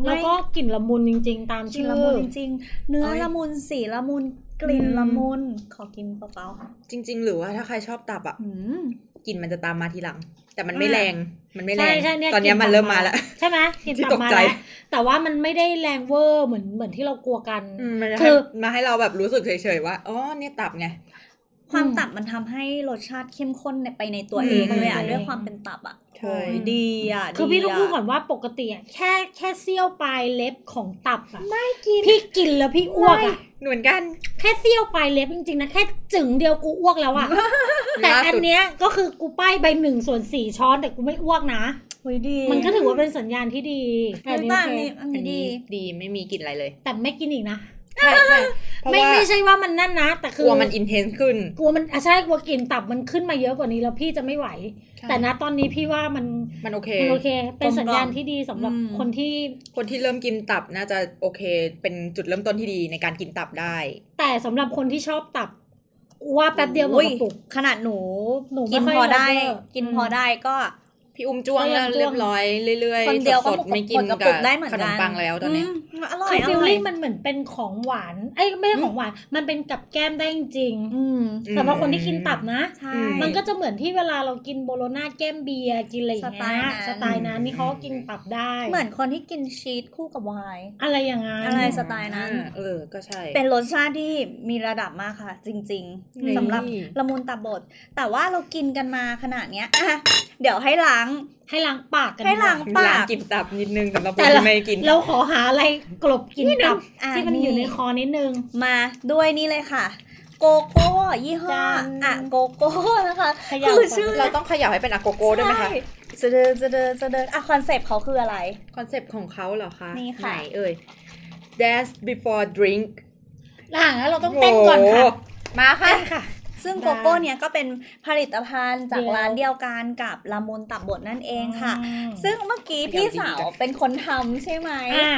S3: แล้วก็กลิ่นละมุนจริง ๆ ตาม
S2: ไม่กิน
S3: ชื่อ
S2: ละมุนจริงๆเนื้อละมุนสีละมุนกลิ่น
S3: อืม
S2: ละมุนขอกินเปล่าๆค่ะ
S4: จริง ๆ หรือว่าถ้าใครชอบตับอ่ะ
S2: อืม
S4: กลิ่นมันจะตามมาทีหลัง แต่มันไม่แรง มันไม่แร
S3: ใช่
S4: ง
S3: ใช่เนี่ย
S4: ตอนเนี้ย
S3: ก
S4: มั
S3: ลิ่
S4: นเริ่มมาแล้ว
S3: ใช่ไหมกลิ่น
S4: ที่
S3: ตับ
S4: ตก
S3: มา
S4: ใจ
S3: แล้วแต่ว่ามันไม่ได้แรงเวอร์เหมือนเหมือนที่เรากลัวกัน
S4: อืมมันจะ
S3: คือ
S4: ให้มาให้เราแบบรู้สึกเฉยๆว่า อ๋อ เนี่ยตับไง
S2: ความ
S3: อืม
S2: ตับมันทำให้รสชาติเข้มข้นในไปในตัว
S4: อืม
S2: เองเลยอ่ะ
S3: ไปในตัวเอง
S2: ด้วยความเป็นตับอ่ะ
S4: ใช่
S3: อืม
S2: ดีอ่ะ
S3: คือพี่ต้องพูด
S2: ะ
S3: ก่อนว่าปกติอะแค่แค่เสี้ยวปลายเล็บของตับอะไม่กินพี่กินแล้วพี่อ้วกอะ
S4: หนุนกัน
S3: แค่เสี้ยวปลายเล็บจริงๆนะแค่จึงเดียวกูอ้วกแล้วอะแต่
S4: ล่าสุด
S3: อันเนี้ยก็คือกูป้ายใบหนึ่งส่วนสี่ช้อนแต่กูไม่อ้วกนะ
S2: เฮ้ยดี
S3: มันก็ถือว่าเป็นสัญญาณที่ดีแต่
S2: แต่
S3: อันนี้
S2: ว่า
S3: โอเค
S2: อันนี้ดี
S4: ดีไม่มีกลิ่นอะไรเลย
S3: แต่ไม่กินอีกนะ
S4: ใช่ใช่เพราะ
S3: ไม่
S4: ว่า
S3: ไม่ใช่ว่ามันนั่นนะ แต่
S4: ก
S3: คือ
S4: ลัวมันอินเทนส์ขึ้น
S3: กลัวมันอ่ะใช่กลัวกลินตับมันขึ้นมาเยอะกว่านี้แล้วพี่จะไม่ไหว
S4: ใช่
S3: แต่นะตอนนี้พี่ว่ามัน
S4: มันโอเค
S3: มันโอเค เป็นสัญญาณที่ดีสำหรับคนที่
S4: คนที่เริ่มกินตับน่าจะโอเค เป็นจุดเริ่มต้นที่ดีในการกินตับได้
S3: แต่สำหรับคนที่ชอบตับกูว่าแป๊บเดียวหมด
S2: อุ้ย
S3: กระปุก
S2: ขนาดหนู
S3: หนูไม่
S2: กิน
S3: ค่อย
S2: พอได้
S3: order
S2: กิน
S3: อืม
S2: พอได้ก็
S4: พี่อุ้มจ้วง
S3: ก็ยั
S4: แล้ว
S3: งจ้วง
S4: เรียบร้อยเรื่อย
S2: คน
S4: ๆ
S2: เดียวก็
S4: ส
S2: ห
S4: ด
S2: มด
S4: ๆไม่กิน
S2: หมดกระ
S4: กั
S2: ปุ
S4: บ
S2: กได้เหมือน
S4: ขน
S2: กั
S4: ม
S2: น
S4: ปังแล้วตอนเนี้ย
S2: มอร่อยอ
S3: คือฟิล
S2: ร่อย
S3: ลิ่งมันเหมือนเป็นของหวานเอ้ยไม่ใช่ของหวาน มันเป็นกับแก้มได้จริง
S2: อืม
S3: ๆสำหรับคนที่กินตับนะ
S2: ใช่
S3: มันก็จะเหมือนที่เวลาเรากินโบโลนาแก้มเบียร์กินอะไรอย่าง
S2: สไตล์
S3: เงี้
S2: นั้
S3: ย
S2: น
S3: สไตล์นั้นนี่เขาก็กินตับได้
S2: เหมือนคนที่กินชีสคู่กับไวน์
S3: อะไรอย่างนั้น
S2: อะไรสไตล์นั้น
S4: อ่าเออ ก็ใช่
S2: เป็นรสชาติที่มีระดับมากค่ะ จริง
S4: นี่
S2: ๆสำหรับละมุนตับบด แต่ว่าเรากินกันมาขนาดเนี้ยอ่ะเดี๋ยวให้ล้าง
S3: ให้ล้างปากกัน
S2: ให้ล้าง
S3: ก่อน
S2: ปก
S4: ร้านกินตับนิดนึงสำหรับคน
S3: แต่เรา
S4: ที่ไม่กิน
S3: เราขอหาอะไรกลบกลินตับ
S2: อ่ะ
S3: ที่มันอยู่ในคอนิดนึง
S2: มาด้วยนี่เลยค่ะ โกโก้ยี่ห้อ
S3: จ้า
S2: อะโกโก้นะคะ
S3: ขยับ
S2: คือ
S3: ก่น
S2: ชื่อ
S4: เราต้องเขย่าให้เป็นอะโกโก้ด้วยไหมคะ
S2: ใช่จะเดินจะเดินจะเดินอ่ะคอนเซปต์เขาคืออะไร
S4: คอนเซปต์ของเขาเหรอคะ
S2: นี่ค่ะ
S4: ไหนเอ่ย dance before drink
S3: หลังแล้วเราต้องเต้นก่อนค่ะ
S4: โโหมาค่ะ
S3: เต้นค่ะ
S2: ซึ่งโก
S3: ได้
S2: โก้เนี่ยก็เป็นผลิตภัณฑ์จาก
S3: เดี๋ยว
S2: ร้านเดียวกันกับละมุนตับบดนั่นเองค่ะ
S3: อืม
S2: ซึ่งเมื่อกี้พี่สาวเป็นคนทำใช่ไหม
S3: อ่ะ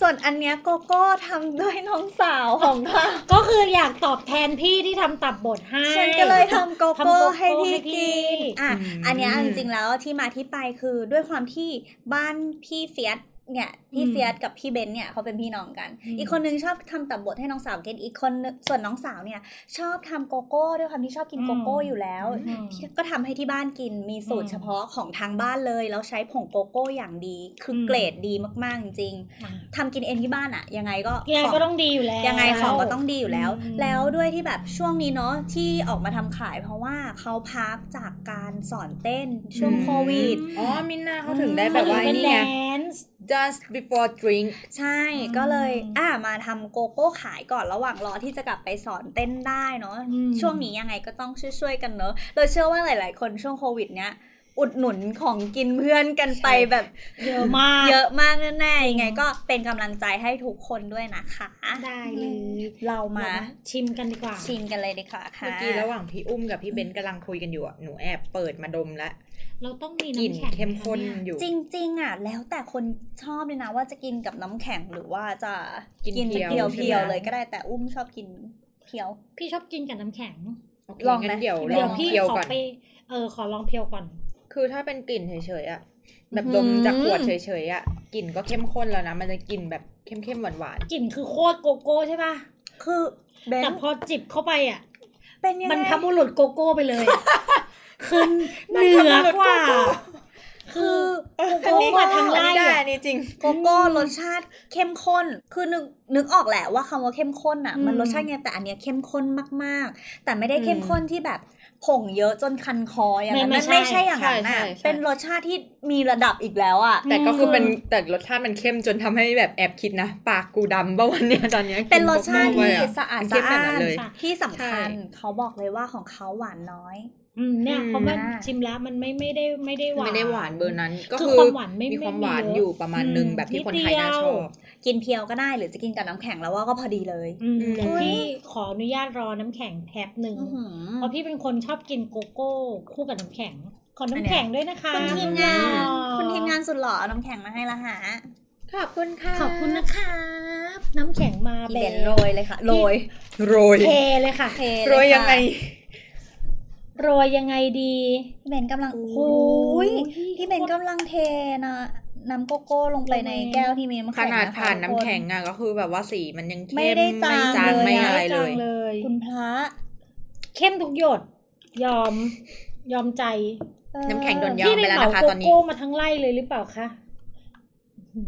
S2: ส่วนอันเนี้ยโกโก้ทำด้วยน้องสาวของเขา
S3: ก็คืออยากตอบแทนพี่ที่ทำตับบดให้
S2: ฉันก็เลยทำโก
S3: ทำโก
S2: โก้
S3: โก้
S2: ให้พี่
S3: ให้พี่
S2: กิน อ่ะ
S4: อืม
S2: อันเนี้ยจริงๆแล้วที่มาที่ไปคือด้วยความที่บ้านพี่เฟียสเนี่ยพี่เฟียสกับพี่เบนซ์เนี่ยเขาเป็นพี่น้องกัน อีกคนนึงชอบทำตับบดให้น้องสาวกินอีกคนนึงส่วนน้องสาวเนี่ยชอบทำโกโก้ด้วยความที่ชอบกินโกโก้อยู่แล้ว
S3: อืม
S2: ก็ทำให้ที่บ้านกินมีสูตร
S3: อืม
S2: เฉพาะของทางบ้านเลย แล้วใช้ผงโกโก้อย่างดี คืออ
S3: ม
S2: เกรดดีมากๆจริง
S3: อ่ะ
S2: ๆทำกินเองที่บ้านอะยังไงก็
S3: ยังไง
S2: ข
S3: ก็ต้องดีอยู่แล้ว
S2: ยังไงของก็ต้องดีอยู่แล้ว
S3: อืม
S2: แล้วด้วยที่แบบช่วงนี้เนาะที่ออกมาทำขายเพราะว่าเขาพักจากการสอนเต้นช่วง
S4: อืม
S2: โควิด
S4: อ๋อมินนาเขาถึงได้
S3: ได้
S4: แบ
S3: แบบ
S4: บ
S3: ว่า
S4: ว่า
S3: เป็
S4: ไอ้
S3: น
S4: นี่
S3: แด
S4: ไง
S3: นซ์
S4: just before drink
S2: ใช่
S3: อืม
S2: ก็เลยอ่ามาทำโกโก้ขายก่อนระหว่างรอที่จะกลับไปสอนเต้นได้เนาะ
S3: อืม
S2: ช่วงนี้ยังไงก็ต้องช่วยๆกันเนาะเราเชื่อว่าหลาย ๆ คนช่วงโควิดเนี้ยอุดหนุนของกินเพื่อนกันไปแบบ
S3: เยอะมาก
S2: เยอะมากแน่ๆยังไงก็เป็นกำลังใจให้ทุกคนด้วยนะคะ
S3: ได้เลย
S2: เรามา
S3: ชิมกันดีกว่า
S2: ชิมกันเลยดีกว่าค่ะ
S4: เมื่อกี้ระหว่างพี่อุ้มกับพี่เบนซ์กำลังคุยกันอยู่อะหนูแอบเปิดมาดมแล้ว
S3: เราต้องมี
S4: กลิ่น
S3: น้ำแข็ง
S4: เข้มข้นอยู่
S2: จริงๆอ่ะแล้วแต่คนชอบเลยนะว่าจะกินกับน้ำแข็งหรือว่าจะ
S4: กิน
S2: เป็น
S4: เพี
S2: เพี
S4: ย
S2: ยว ว
S4: ใช่ไหม
S2: เพียวเลยก็ได้แต่อุ้มชอบกินเพียว
S3: พี่ชอบกินกับน้ำแข็ง
S4: โอเค
S2: ลองไหม
S4: งั้นเดี๋ยว
S2: ลอง
S3: เดี๋ยวพี่
S4: เคี่ยว
S3: ขอ
S4: ก่อน
S3: ไป เออ ขอลองเพียวก่อน
S4: คือถ้าเป็นกลิ่นเฉยๆอะแบบ
S2: อื้อ
S4: ดม
S2: หือ
S4: จากขวดเฉยๆอะกลิ่นก็เข้มข้นแล้วนะ มันจะกลิ่นแบบเข้มๆหวาน
S3: กลิ่นคือโคตรโกโก้ใช่ป่ะ
S2: คือเบน
S3: แต่พอจิบเข้าไปอ่ะ
S2: เป็นยัง
S3: มั
S2: ไง
S3: นทำบุรุษโกโก้ไปเลยอะคือเหนือกว่า
S2: คือ
S4: ๆอัน
S2: โกโก้
S4: นี้
S2: มาทางไล่
S4: ไม่ได้
S3: อะ
S4: อันนี่จริง
S2: โกโก้รสชาติเข้มข้น คือนึกนึกออกแหละว่าคำว่าเข้มข้นอ่ะ
S3: อืม
S2: มันรสชาติไงแต่อันเนี้ยเข้มข้นมากๆ แต่ไม่ได้
S4: อืม
S2: เข้มข้นที่แบบผงเยอะจนคันคออย่างนั้น
S3: ไม่
S2: มัน
S3: ไม่
S2: ไม่
S3: ใช่
S2: ใช่อย่างนั้น
S4: ใช่
S2: อ่ะ
S4: ใช่ใช่
S2: เป็นรสชาติที่มีระดับอีกแล้วอ่ะ
S4: แต่ก็คือ
S3: ม
S4: เป็นแต่รสชาติมันเข้มจนทำให้แบบแอบคิดนะ ปากกูดำป่ะวันเนี้ยตอนเนี้ยกิ
S2: เป็นรสชาติ
S4: โกโก้
S2: ที่
S4: ไปอะ
S2: สะอาด
S4: มัน
S2: สะ
S4: เข้มข
S2: อา
S4: นา
S2: ด
S4: ดนั้นเลย
S2: ที่สำคัญ
S4: ใช่
S2: เขาบอกเลยว่าของเขาหวานน้อย
S3: อืมเนี่ย
S4: อืม
S3: เพราะว่าชิมแล้วมันไม่ไม่ได้ไม่ได้หวาน
S4: ไม่ได้หวานเบอร์นั้น ก็
S3: คือ
S4: คือ
S3: ความหวานไม่
S4: มีความหวาน
S3: ไม่เยอะ
S4: อยู่ประมาณนึง
S3: อืม
S4: แบบที่คน
S3: นิด
S4: ไทยน่า
S3: เดียว
S4: ชอบ
S2: กินเพียวก็ได้หรือจะกินกับน้ำแข็งแล้วว่าก็พอดีเลย
S3: อืม
S4: อืม
S3: เดี๋ยวพี่ขออนุญาตรอน้ำแข็งแป๊บหนึ่ง
S2: อื้อหือ
S3: เพราะพี่เป็นคนชอบกินโกโก้คู่กับน้ำแข็ง ขอ
S2: อัน
S3: น้ำ
S2: เนี้ย
S3: แข็งด้วยนะคะ
S2: คุณทีมงาน
S3: อ๋อ
S2: คุณทีมงานสุดหล่อเอาน้ำแข็งมาให้ละหะ
S4: ขอบคุณค่ะ
S3: ขอบคุณนะครับน้ำแข็งมา
S2: อี
S3: แบ
S2: เบ
S3: น
S2: นโรยเลยค่ะโรย
S4: โรย
S3: เทเลยค่ะ
S2: เทเลค่ะ
S4: โรยยังไง
S3: โรยยังไงดี
S2: พี่เบนกำลังโอ้ยพี่เบนกำลังเทนะน้ำโกโก้ลงไปในแก้วที่มีน้ำ
S4: ข
S2: แข็ง
S4: นาด
S2: ะคะ
S4: ผ่าน
S2: ทุก
S4: น้ำ
S2: ค
S4: แข็งอะก็คือแบบว่าสีมันยังเข้ม
S2: ไม่ได้จาง
S4: ไม่จาง
S2: เลย
S4: ไม่
S3: อะ
S4: อะไรเลย
S3: เลย
S2: คุณพระ
S3: เข้มทุกหยด ยอม ยอมใจ
S2: เออ
S4: น้ำแข็งโดนยอ
S3: พี่ไป
S4: ม
S3: เห
S4: ไปแล้
S3: มาว
S4: นะคะ
S3: โก
S4: ตอนนี้
S3: โก้มาทั้งไร่เลยหรือเปล่าคะ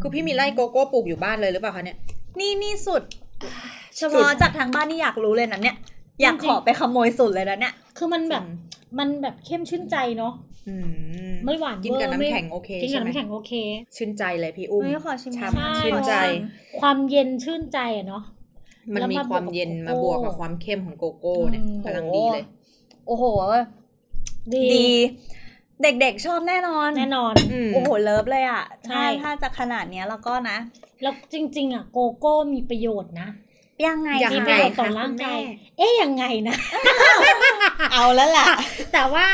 S4: คือพี่มีไร่โกโก้ปลูกอยู่บ้านเลยหรือเปล่าคะเนี่ย
S2: นี่นี่สุดเฉ
S4: สุด
S2: พาะจากทางบ้านนี่อยากรู้เลยนะเนี่ย อยากขอไปขโมยสุดเลยนะเนี่ย
S3: คือมันแบบมันแบบเข้มชื่นใจเนาะ
S4: อืม
S3: ไม่หวาน
S4: กินกับ
S3: เวอร์
S4: น้ำแข็ง
S3: ไ
S4: โอเค
S3: ม่กิน
S4: ใช่
S3: กับ
S4: ไหม
S3: น้ำแข็งโอเค
S4: ชื่นใจเลยพี่อุ้ม
S2: ไม่ขอชิม
S4: ใช่
S2: ก่อ
S3: ใช่
S2: น
S4: ชื่นใจ
S3: ความเย็นชื่นใจอะเนาะ
S4: มันมี
S3: แล้วมา
S4: ความเย็นมาบบ ว
S3: ว
S4: ก
S3: กกั
S4: กับบ
S3: โกโก้
S4: ความเข้มของโกโก้เนี่ย
S3: อืม
S4: กำลังดีเลย
S2: โอ้โห
S3: ดี
S2: ดี เด็กๆชอบแน่นอน
S3: แน่นอน
S4: อืม
S2: โอ้โห เลิฟเลยอ่ะ
S3: ใช่
S2: ถ้าถ้าจะขนาดเนี้ยแล้วก็นะ
S3: แล้วจริง ๆ อ่ะ โกโก้มีประโยชน์นะ
S2: ยังไง
S4: ยัง
S3: มีป
S4: ไง
S3: ระโยชน์ต่
S4: คะ
S3: อร่าง
S4: คุณ
S3: กา
S4: แม่
S3: ย เอ๊ยยังไง นะ
S2: เอาแล้วล่ะ
S3: แต่ว่า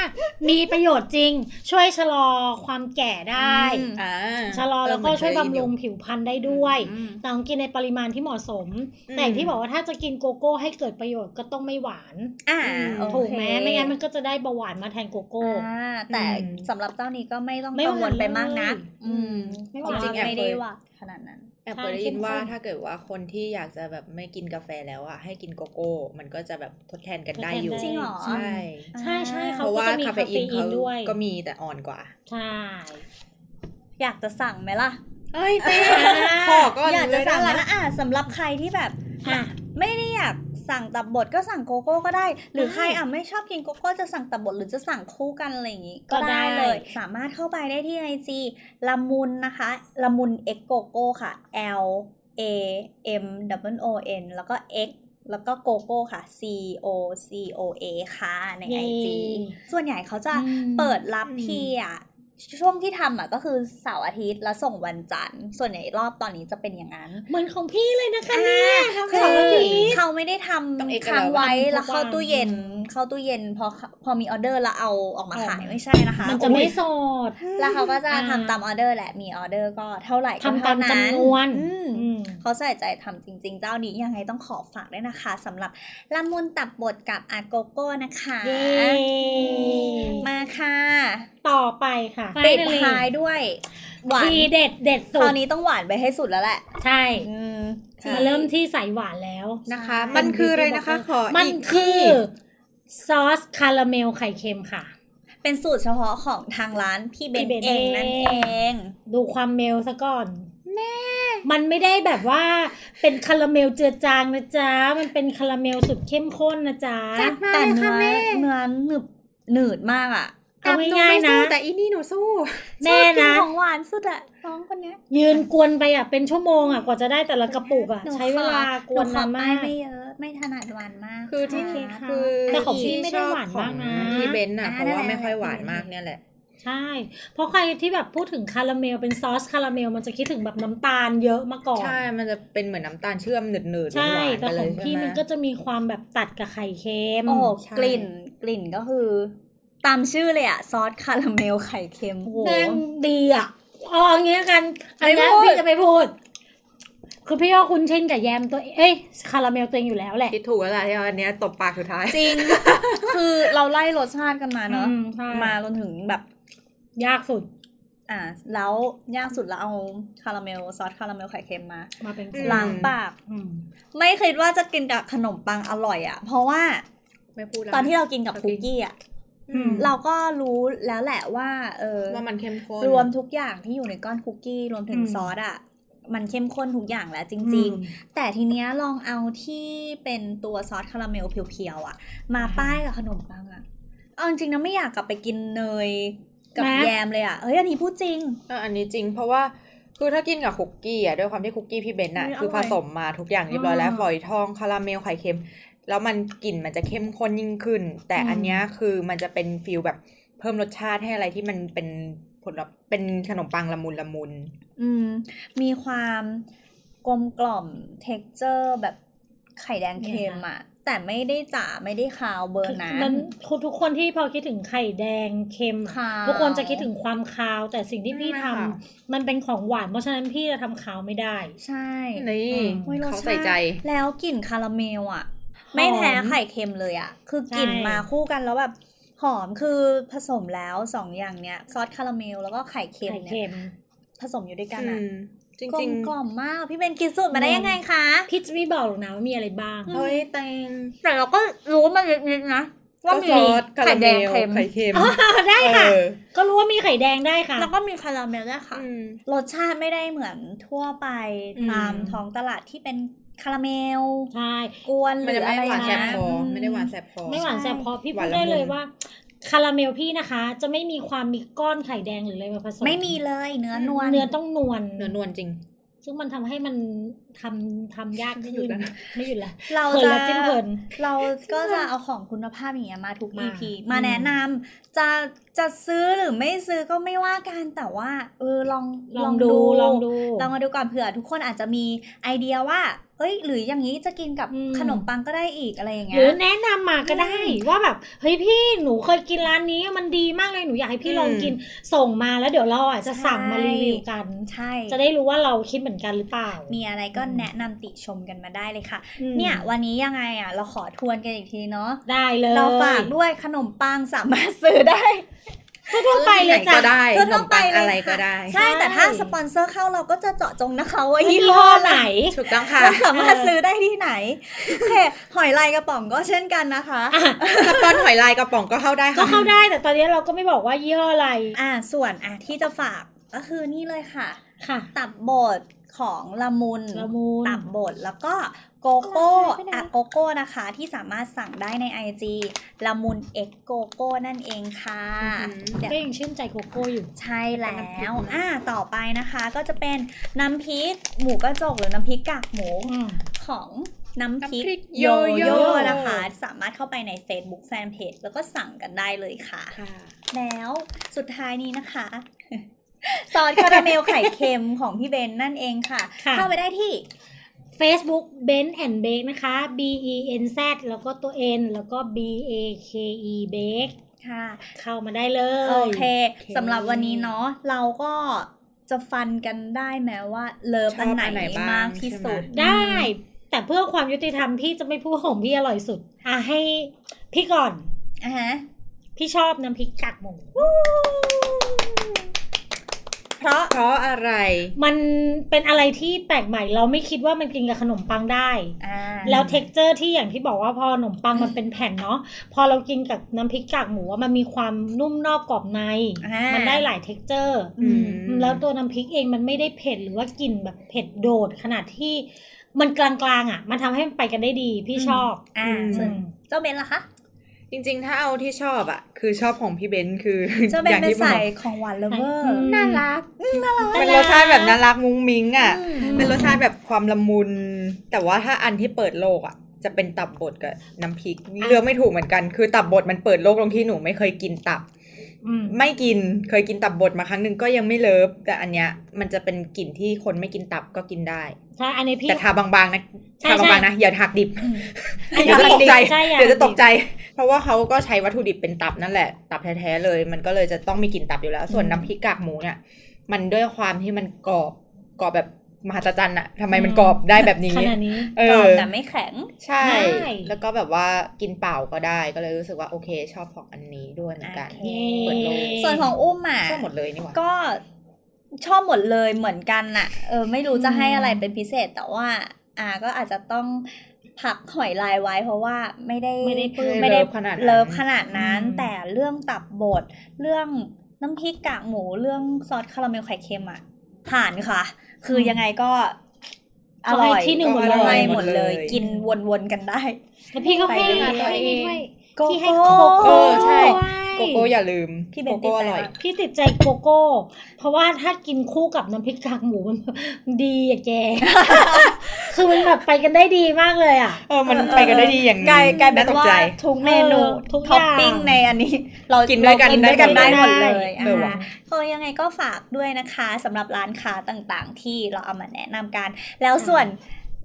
S3: มีประโยชน์จริง ช่วยชะลอความแก่ได้
S2: อืม
S4: อ่า
S3: ชะลอแล้วก็ช่วยบำรุงผิวพรรณได้ด้วย
S2: อืม
S3: แต่ต้องกินในปริมาณที่เหมาะสม แต่อย่างที่บอกว่าถ้าจะกินโกโก้ให้เกิดประโยชน์ก็ต้องไม่หวาน
S2: อ่าโอเค
S3: ถูกไหมไม่งั้นมันก็จะได้เบาหวานมาแทนโกโก้
S2: อ่าแต่สำหรับเจ้านี้ก็ไม่ต้อง
S3: ไม่
S2: กั
S3: ห
S2: ง
S3: วา
S2: วล
S3: น
S2: ไปมากนะ
S3: เลย
S2: อืม
S3: ไม่หวาน
S2: จริงๆไม่ได้หว่านขนาดนั้น
S4: แอบเคยได้ยินว่า
S3: ใช่
S4: ถ้าเกิดว่าคนที่อยากจะแบบไม่กินกาแฟแล้วอะให้กินโกโก้ มันก็จะแบบทดแทนกันได้อยู่
S2: จริงเหรอ
S4: ใช่
S3: ใช่ใช่
S2: อ่า
S4: เพ
S3: เขา
S4: ราะ
S3: ก็
S4: ว่า
S3: จะมีคา
S4: คาเฟ
S3: เฟ
S4: อีน
S3: อี
S4: เขา
S3: นด้วย
S4: ก็มีแต่อ่อนกว่า
S3: ใช่
S2: อยากจะสั่งไหมล่ะ
S4: เอ้ยเต้ขอก่อน
S2: อยากจะ
S4: เลย
S2: สั่
S4: นะ
S2: งไหม
S4: ล่ะ
S2: ล่ะอ่าสำหรับใครที่แบบ
S3: อ่ะ
S2: ไม่ได้อยากสั่งตับบดก็สั่งโกโก้ก็ได้ หรือ
S3: ได้
S2: ใครอ่ะไม่ชอบกินโกโก้จะสั่งตับบดหรือจะสั่งคู่กันอะไรอย่างงี้
S3: ก็
S2: ก็
S3: ได้
S2: ได้เลย สามารถเข้าไปได้ที่ไอจีละมุนนะคะละมุน x โกโก้ค่ะ L A M W O N แล้วก็ x แล้วก็โกโก้ค่ะ C O C O A ค่ะในไอ
S3: เย้
S2: จีส่วนใหญ่เขาจะ
S3: อืม
S2: เปิดรับ
S4: อืม
S2: ทีอ่ะช่วงที่ทำอ่ะก็คือเสาร์อาทิตย์แล้วส่งวันจันทร์ ส่วนใหญ่รอบตอนนี้จะเป็นอย่างนั้น
S3: เหมือนของพี่เลยนะคะ
S2: อ่า
S3: เนี่ย
S2: คื
S4: เสาร์
S2: อ
S4: อาทิตย์
S2: เขาไม่ได้ท
S4: ต้องเอก
S2: ำ
S4: ลักษณ์
S2: ค้างไว้
S3: ทุกวัน
S2: แล้วเข้าตู้เย็น เข้าตู้เย็นพอพอมีออเดอร์แล้วเอาออกมา
S3: ออกมา
S2: ขายไม่ใช่นะคะ
S3: มันจะไม่
S2: โอ้ย
S3: สด
S2: แล้วเขาก็จะ
S3: อ่า
S2: ทำตามออเดอร์แหละมีออเดอร์ก็เท่าไหร่ก็
S3: ทำตา
S2: เท่าม นั้น
S3: จำนวน
S2: อืม
S3: อืม
S2: เขาใส่ใจทำจริงๆ เจ้านี้ยังไงต้องขอฝากด้วยนะคะสำหรับละมุนตับบดกับอาโกโก้นะคะ
S3: เย้
S2: มาค่ะ
S3: ต่อไปค่ะ
S2: ปิดท้ายด้วยหวาน
S3: ทีเด็ดเด็ดสุ
S2: คราว
S3: ด
S2: นี้ต้องหวานไปให้สุดแล้วแหละ
S3: ใช่
S4: ใช่
S3: มาเริ่มที่ใส่หวานแล้ว
S4: นะคะ มันคืออะไรนะคะ ขอ
S3: มัน
S4: อีก
S3: คื
S4: ที
S3: อ ซอสคาราเมลไข่เค็มค่ะ
S2: เป็นสูตรเฉพาะของทางร้านพี่เบน
S3: พี่เบน
S2: เองนั่น
S3: เอง
S2: เอง
S3: ดูความเมลซะก่อน แม่ มันไม่ได้แบบว่าเป็นคาราเมลเจือจางนะจ๊ะ มันเป็นคาราเมลสุดเข้มข้นนะจ๊ะ
S2: แต่เนื้อเนื้อหนึบหนืดมากอ่ะ
S3: เอาง่ายๆ
S4: แต่ห
S3: นะ
S4: สู้แต่อีนี่หนูสู้
S3: แม่
S2: ชอบกิ
S3: นะ
S2: ของหวานสุดอะน้องคนเนี้ย
S3: ยืนกวนไปอ่ะ เป็นชั่วโมงอ่ะ กว่าจะได้แต่ละกระปุกอ่ะ
S2: หนู
S3: ใช้เวลากวน
S2: หข
S3: นา
S2: อน ไป
S3: มาก
S2: ไม่เยอะไม่ถนัดหวานมาก
S4: คือที่
S2: ะ
S3: ใช่ค่ะ
S4: คือ
S3: แต่ของพี่ไม่ได้หวานมากนะ
S4: ที่เบนซ์อ่ะเพ
S2: อ่า
S4: ราะว่า
S2: ได้
S4: ไม่ค่อยหวานมากเนี่ยแหละ
S3: ใช่ เพราะใครที่แบบพูดถึงคาราเมลเป็นซอสคาราเมลมันจะคิดถึงแบบน้ำตาลเยอะมาก่อน
S4: ใช่ มันจะเป็นเหมือนน้ำตาลเชื่อมหนืดๆห
S3: ใช่
S4: วานๆ
S3: แต่
S4: ไป
S3: ข
S4: เล
S3: อง
S4: ย
S3: พี่
S4: ใช่ไห
S3: มันก็จะมีความแบบตัดกับไข่เค็ม
S2: โอ้โห
S4: ใช่
S2: กลิ่นกลิ่นก็คือ ตามชื่อเลยอะซอสคาราเมลไข่เค็มโอ้โห
S3: แม่งดีอ่ะเอาอย่างเงี้ยกัน อันเนี้ย
S2: ไม่พูด
S3: พี่จะไม่พูด คือพี่ก็คุ้นเช่นกับแยมตัวเองเอ้ยคาราเมลตัวเองอยู่แล้วแหละ
S4: คิดถูกแล้วล่ะที่เอาอันเนี้ยตบปากสุดท้าย
S2: จริง คือเราไล่รสชาติกันมาเนาะ
S3: อืมใช่
S2: มาจนถึงแบบ
S3: ยากสุด
S2: อ่าแล้วยากสุดแล้วเอาคาราเมลซอสคาราเมลไข่เค็มมา
S3: มาเป็น
S4: อืม
S2: ล้างปาก
S3: อืม
S2: ไม่คิดว่าจะกินกับขนมปังอร่อยอะ่ะ เพราะว่า
S4: ไม่พูดแล้ว
S2: ตอนที่เรากินกับคุกกี้อ่ะ
S4: อืม
S2: เราก็รู้แล้วแหละว่าเออ
S4: ว่ามันเข้มข้น
S2: รวมทุกอย่างที่อยู่ในก้อนคุกกี้รวมถึงซอสอะ่ะ มันเข้มข้นทุกอย่างแล้วจริง ๆ แต่ทีเนี้ยลองเอาที่เป็นตัวซอสคาราเมลเพียวๆอะ่ะ มาป้ายกับขนมปังอะ่ะเอาจริงๆนะไม่อยากกลับไปกินเนยกับแยมเลยอะ่ะเฮ้ยอันนี้พูดจริง
S4: เอออันนี้จริง เพราะว่าคือถ้ากินกับคุกกี้อ่ะด้วยความที่คุกกี้พี่เบนซ์อ่ะ
S2: ไม่อร่อย
S4: คือผสมมาทุกอย่างเรียบร้อยแล้วฝอยทองคาราเมลไข่เค็ม แล้วมันกลิ่นมันจะเข้มข้นยิ่งขึ้น แต่อันเนี้ยคือมันจะเป็นฟิลแบบเพิ่มรสชาติให้อะไรที่มันเป็นผลแบบเป็นขนมปังละมุนละมุน
S2: อืมมีความกลมกล่อม t e x t อร์แบบไข่แดงเค็มอะแต่ไม่ได้จ๋าไม่ได้คาวเบอ
S3: คือ
S2: ร์นั้น
S3: มันทุกคนที่พอคิดถึงไข่แดงเค็มอะ
S2: คาว
S3: ทุกคนจะคิดถึงความคาว แต่สิ่งที่พี่
S4: ไม่
S3: ทำ
S4: ค่ะ
S3: มันเป็นของหวาน เพราะฉะนั้นพี่จะทำคาวไม่ได้
S2: ใช่
S4: นี่
S3: อืม
S2: โอ้ยรส
S4: เขา
S2: ชา
S4: ใส่
S2: ติ
S4: ใจ
S2: แล้วกลิ่นคาราเมลอะไม่แพ้
S3: หอม
S2: ไข่เค็มเลยอะคือกลิ่น
S3: ใช่
S2: มาคู่กันแล้วแบบหอมคือผสมแล้วสองอย่างเนี้ยซอสคาราเมลแล้วก็ไข่เค็ม
S3: ไข่
S2: เนี่
S3: เค็
S2: ย
S3: ม
S2: ผสมอยู่ด้วยกันอะ
S4: อืมจริง
S2: กล
S4: จริ
S2: ม
S4: ง
S2: กล่อมมากพี่เบนกินสูตรมาได้ยังไงคะ
S3: พี่จะไม่บอกหรอกนะว่ามีอะไรบ้าง
S4: เฮ้ยแตง
S2: แต่เราก็รู้มันนิดๆนะว่า
S4: ก็
S2: มี
S4: ซอสคา
S2: ไข่
S4: ราเม
S2: แดง
S4: ล
S2: เค็ม
S4: ไข่เค็ม
S3: ได้ค่ะ
S4: เออ
S3: ก็รู้ว่ามีไข่แดงได้ค่ะ
S2: แล้วก็มีคาราเมลด้วยค่ะ
S4: อืม
S2: รสชาติไม่ได้เหมือนทั่วไป
S4: อืม
S2: ตามท้องตลาดที่เป็น คาราเมล
S3: ใช่
S2: กวนห
S4: มัน
S2: รือ
S4: จะ
S2: อะ
S4: ไม่
S2: ไร
S4: หวานแสบ
S2: นะ
S4: คอไม่ได้หวานแสบคอ
S3: ไม่หวานแสบพอพี่
S4: ห
S3: พู
S4: วาน
S3: ด
S4: ละ
S3: ได้เลย
S4: มุน
S3: ว่า คาราเมลพี่นะคะ จะไม่มีความมีก้อนไข่แดงหรืออะไรมาผสม
S2: ไม่มีเลยเนื้อนวล
S3: เนื้อต้องนวล
S4: เนื้อนวลจริง
S3: ซึ่งมันทำให้มันทำทำยาก
S4: ไม่
S3: ขึ้น
S4: หยุดแล้วนะ
S3: ไม่หยุดละ
S2: เรา
S3: เพลิน
S2: จะ
S3: ละจิ้มเพลิน
S2: เราก็จะเอาของคุณภาพอย่างเงี้ยมาทุก
S3: มา
S2: EP มาแนะนำจะจะซื้อหรือไม่ซื้อก็ไม่ว่ากันแต่ว่า เออลอง
S3: ลองดูลองดู
S2: ลองมาดูก่อนเผื่อ ทุกคนอาจจะมีไอเดียว่า เอ้ย หรืออย่างนี้จะกินกับ
S3: อืม
S2: ขนมปังก็ได้อีกอะไรอย่าง
S3: ห
S2: เงี้
S3: รือย แนะนำมาก็ได้ว่าแบบเฮ้ยพี่หนูเคยกินร้านนี้มันดีมากเลยหนูอยากให้พี่
S4: อืม
S3: ลองกินส่งมาแล้วเดี๋ยวเราอาจจะสั่งมา
S2: ใช่
S3: รีวิวกัน
S2: ใช่
S3: จะได้รู้ว่าเราคิดเหมือนกันหรือเปล่า
S2: มีอะไรก็
S3: อืม
S2: แนะนำติชมกันมาได้เลยค่ะ
S3: อืม
S2: เนี่ยวันนี้ยังไงอ่ะ เราขอทวนกันอีกทีเนาะ
S3: ได้เลย
S2: เราฝากด้วยขนมปังสามารถซื้อได้
S3: ทั่วๆไปเลยจ้ะ
S4: ก็ได้
S2: ก็ต้องไป
S4: ขนม
S2: เลย
S4: ปังอะไร
S2: ค่ะ
S4: ก็ได้
S2: ใช่
S3: ใช่
S2: แต่ถ้าสปอนเซอร์เข้าเราก็จะเจาะจงนะคะว่า
S3: ยี่
S2: ยี่
S3: ห้
S2: ห้
S3: อ
S2: อ
S3: ไห
S2: ไห
S3: น
S2: น
S4: ถูกต้องค่ะ
S2: เราสามารถซื้อได้ที่ไหนโอเคหอยลายกระป๋องก็เช่นกันนะคะ
S3: อ่ะ
S4: สปอนหอยลายกระป๋องก็เข้าได้
S3: ก็
S4: ค่ะ
S3: เข้าได้แต่ตอนนี้เราก็ไม่บอกว่ายี่ห้ออะไร
S2: อ่าส่วนอ่ะที่จะฝากก็คือนี่เลยค่ะ
S3: ค่ะ
S2: ตับบดของละมุน
S3: ละมุน
S2: ตับบดแล้วก็โกโก้
S3: ไปไหน
S2: อะโกโก้นะคะที่สามารถสั่งได้ใน IG ละมุนเอ็กโกโก้นั่นเองค่ะ
S4: อือหือ
S2: เดี๋ยว
S3: ก็ยังชื่นใจโกโก้อยู่
S2: ใช่แล้ว
S4: เป็นน้ำพริกนะ
S2: อ่าต่อไปนะคะก็จะเป็นน้ำพริกหมูกระจกหรือน้ำพริกกากหมูของน้ำพริ
S4: น้ำพริ
S2: ก
S4: ก
S2: โย
S4: โย
S2: โย
S4: โย่
S2: นะคะ สามารถเข้าไปใน Facebook Fanpage แล้วก็สั่งกันได้เลยค่ะ
S4: ค่ะ
S2: แล้วสุดท้ายนี้นะคะ ซอสคาราเมลไข่เค็มของพี่เบนนั่นเองค่ะ
S3: ค่ะ
S2: เข้าไปได้ที่
S3: Facebook Ben and Bake นะคะ B E N Z แล้วก็ตัว N แล้วก็ B A K E Bake
S2: ค่ะ
S3: เข้ามาได้เลย
S2: โอเคสำหรับวันนี้เนาะเราก็จะฟันกันได้ไหมว่าเลิฟอันไหนมากที่สุด
S3: ได้ แต่เพื่อความยุติธรรมพี่จะไม่พูดของพี่อร่อยสุด อ่ะให้พี่ก่อน
S2: อ่ะฮะ
S3: พี่ชอบน้ำพริกกากหมู
S2: เพราะ
S4: เพราะอะไร
S3: มันเป็นอะไรที่แปลกใหม่ เราไม่คิดว่ามันกินกับขนมปังได้
S2: อ่า
S3: แล้วเท็กเจอร์ที่อย่างที่บอกว่าพอขนมปังมันเป็นแผ่นเนาะพอเรากินกับน้ำพริกกากหมูอะมันมีความนุ่มนอกกรอบใน
S2: อ่า
S3: มันได้หลายเท็กเจอร์
S4: อืม
S3: แล้วตัวน้ำพริกเองมันไม่ได้เผ็ดหรือว่ากลิ่นแบบเผ็ดโดดขนาดที่มันกลางๆอ่ะ มันทำให้มันไปกันได้ดีพี่ชอบ
S2: อ่า
S4: อืม
S2: ส่วน
S3: อืม
S2: เจ้าเบนล่ะคะ
S4: จริงๆ ถ้าเอาที่ชอบอ่ะ คือชอบของพี่เบนซ์คือ
S2: เจ้าเบน
S4: อย่าง
S2: เป็น
S4: ที่บอ
S2: สาก ยของหวานเลฟเวอ
S3: อื
S2: ร์
S3: ม
S2: น่ารัก
S4: เป็นรสชาติแบบน่ารักมุ้งมิ้งอ่ะ
S2: อืม
S4: เป็นรสชาติแบบความละมุน แต่ว่าถ้าอันที่เปิดโลกอ่ะ จะเป็นตับบดกับน้ำพริกเลือกไม่ถูกเหมือนกัน คือตับบดมันเปิดโลกตรงที่หนูไม่เคยกินตับ
S3: อืม
S4: ไม่กินเคยกินตับบดมาครั้งหนึ่งก็ยังไม่เลิฟแต่อันเนี้ยมันจะเป็นกลิ่นที่คนไม่กินตับก็กินได้
S3: ใช่อันนี้พี่
S4: แต่ทาบางๆนะ
S3: ใช่
S4: ทาบางๆนะอย่าหักดิบ
S3: อันนี้
S4: เดี๋ยวจะตกใจ
S3: ใช่อย่าหักดิบ
S4: เดี๋ยวจะตกใจ เพราะว่าเขาก็ใช้วัตถุดิบเป็นตับนั่นแหละ ตับแท้ๆเลย มันก็เลยจะต้องมีกลิ่นตับอยู่แล้ว ส่วนน้ำพริกกากหมูเนี่ยมันด้วยความที่มันกรอบกรอบแบบมหัศจรรย์อะทำไมมันกรอบได้แบบนี้
S3: ขนาดนี้
S4: เอก
S2: รอ
S4: อบ
S2: แต่ไม่แข็ง
S4: ใช่
S3: ใช่
S4: แล้วก็แบบว่ากินเปล่าก็ได้ก็เลยรู้สึกว่าโอเคชอบของอันนี้ด้วยเหมือนกัน
S2: โอเค
S3: เย้
S4: เปิดโลก
S2: ส่วนของอุ้มอ่ะ
S4: ชอบหมดเลยนี่หว่า
S2: ก็ชอบหมดเลยเหมือนกันน่ะเออไม่รู้จะให้อะไรเป็นพิเศษแต่ว่า อ่าก็อาจจะต้องผักหอยลายไว้ เพราะว่าไม่ได้
S3: ไม่ได้ปลื้ม
S2: ไม่ได้
S4: เลิฟขนาดนั้น
S2: เลิฟขนาดนั้น
S3: อืม
S2: แต่เรื่องตับบดเรื่องน้ำพริกกากหมูเรื่องซอสคาราเมลไข่เค็มอ่ะผ่านค่ะ คือยังไงก็อร่อย
S3: ก็ให้ที่หนึ่งหม
S2: อ
S3: ดเลย
S2: ร่อยหมดเลย
S4: หมดเลย
S2: กินวนๆกันได้
S3: แล้วพี่ก็ให้
S2: ไปด้วย
S3: ตัวเองด้วย
S2: โก
S3: พี่ให้
S2: โก้
S3: โกโก้
S4: เออใช่
S3: ด้วย
S4: โกโก้อย่าลืม
S2: พี่เบน
S4: โกโก้
S2: ติด
S4: อ
S2: ใจ
S4: ร่อย
S2: มาก
S3: พี่ติดใจโกโก้ เพราะว่าถ้ากินคู่กับน้ำพริกกากหมู มันดีอะ แก คือมันแบบไปกันได้ดีมากเลยอ่ะ
S4: เออ มัน
S2: เออเออ
S4: ไปกันได้ดีอย่าง
S2: กลายกลายเป็น
S4: ตก
S2: ว่า
S4: ใจ
S2: ทุกเมนู
S3: เออทุกอย่าง
S2: ท็อปปิ้งในอันนี้ เรา
S4: กินด้วยกัน
S2: เรากินด้วยกัน
S4: ได้
S2: ได้ห
S4: ห
S2: ม
S4: ม
S2: ด
S4: ด
S2: เล
S4: เลย ย
S2: อ่
S4: เออว่ะ
S2: าก็ยังไงก็ฝากด้วยนะคะสำหรับร้านค้าต่างๆ ที่เราเอามาแนะนำกัน แล้วส่วน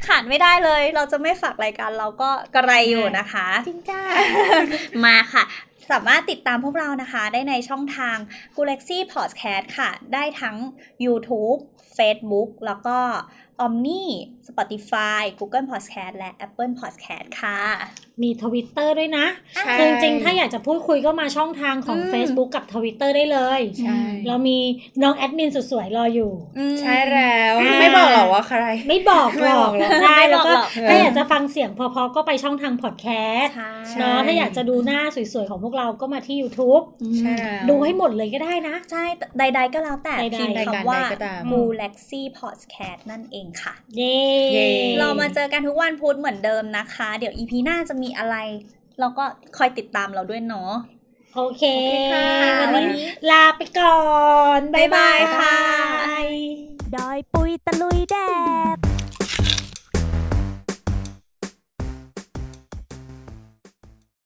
S2: ขาดไม่ได้เลย เราจะไม่ฝากรายการเราก็กระไรอยู่นะคะ
S3: จริงจ้า
S2: มาค่ะ สามารถติดตามพวกเรานะคะ ได้ในช่องทาง g a l a x y Podcast ค่ะ ได้ทั้ง YouTube Facebook แล้วก็ Omni Spotify Google Podcast และ Apple Podcast ค่ะ
S3: มีทวิตเตอร์ด้วยนะ
S4: ใช่
S3: คือจริงๆ ถ้าอยากจะพูดคุยก็มาช่องทางของ
S2: อืม
S3: Facebook กับ Twitter ได้เลย
S4: ใช่
S3: เรามีน้องแอดมินสุดสวยรออยู่
S2: อืม
S4: ใช่แล้ว
S3: อ่า
S4: ไม่บอกหรอกว่าใคร
S3: ไม่บอกห
S4: ไม่
S3: ร
S4: บ
S3: อ
S4: อก กหรอก
S3: ได้แล้วก็
S2: ไม่บอกหรอก
S3: ถ้าอยากจะฟังเสียงเพอๆ ก็ไปช่องทางพอดแคสต์
S2: ใช่
S4: ใช่
S3: เนาะถ้าอยากจะดูหน้าสวยๆ ของพวกเราก็มาที่ YouTube
S2: อืม
S4: ใช่แล้ว
S3: ดูให้หมดเลยก็ได้นะ
S2: ใช่ ใดๆก็แล้วแต่
S3: ใดๆ
S2: พิมพ์
S4: รายการ
S2: คำว่า
S4: ใดก็ตาม
S2: g a l a x y Podcast นั่นเอ องค่ะ
S3: เย้
S4: เย้
S2: เรามาเจอกันทุกวันพุธเหมือนเดิมนะคะ เดี๋ยวอีพีหน้าจะมีอะไร เราก็คอยติดตามเราด้วยเนาะ
S3: โอเค
S2: ค่ะ
S3: วันนี้ลาไปก่อน
S2: บ๊ายบายค่ะ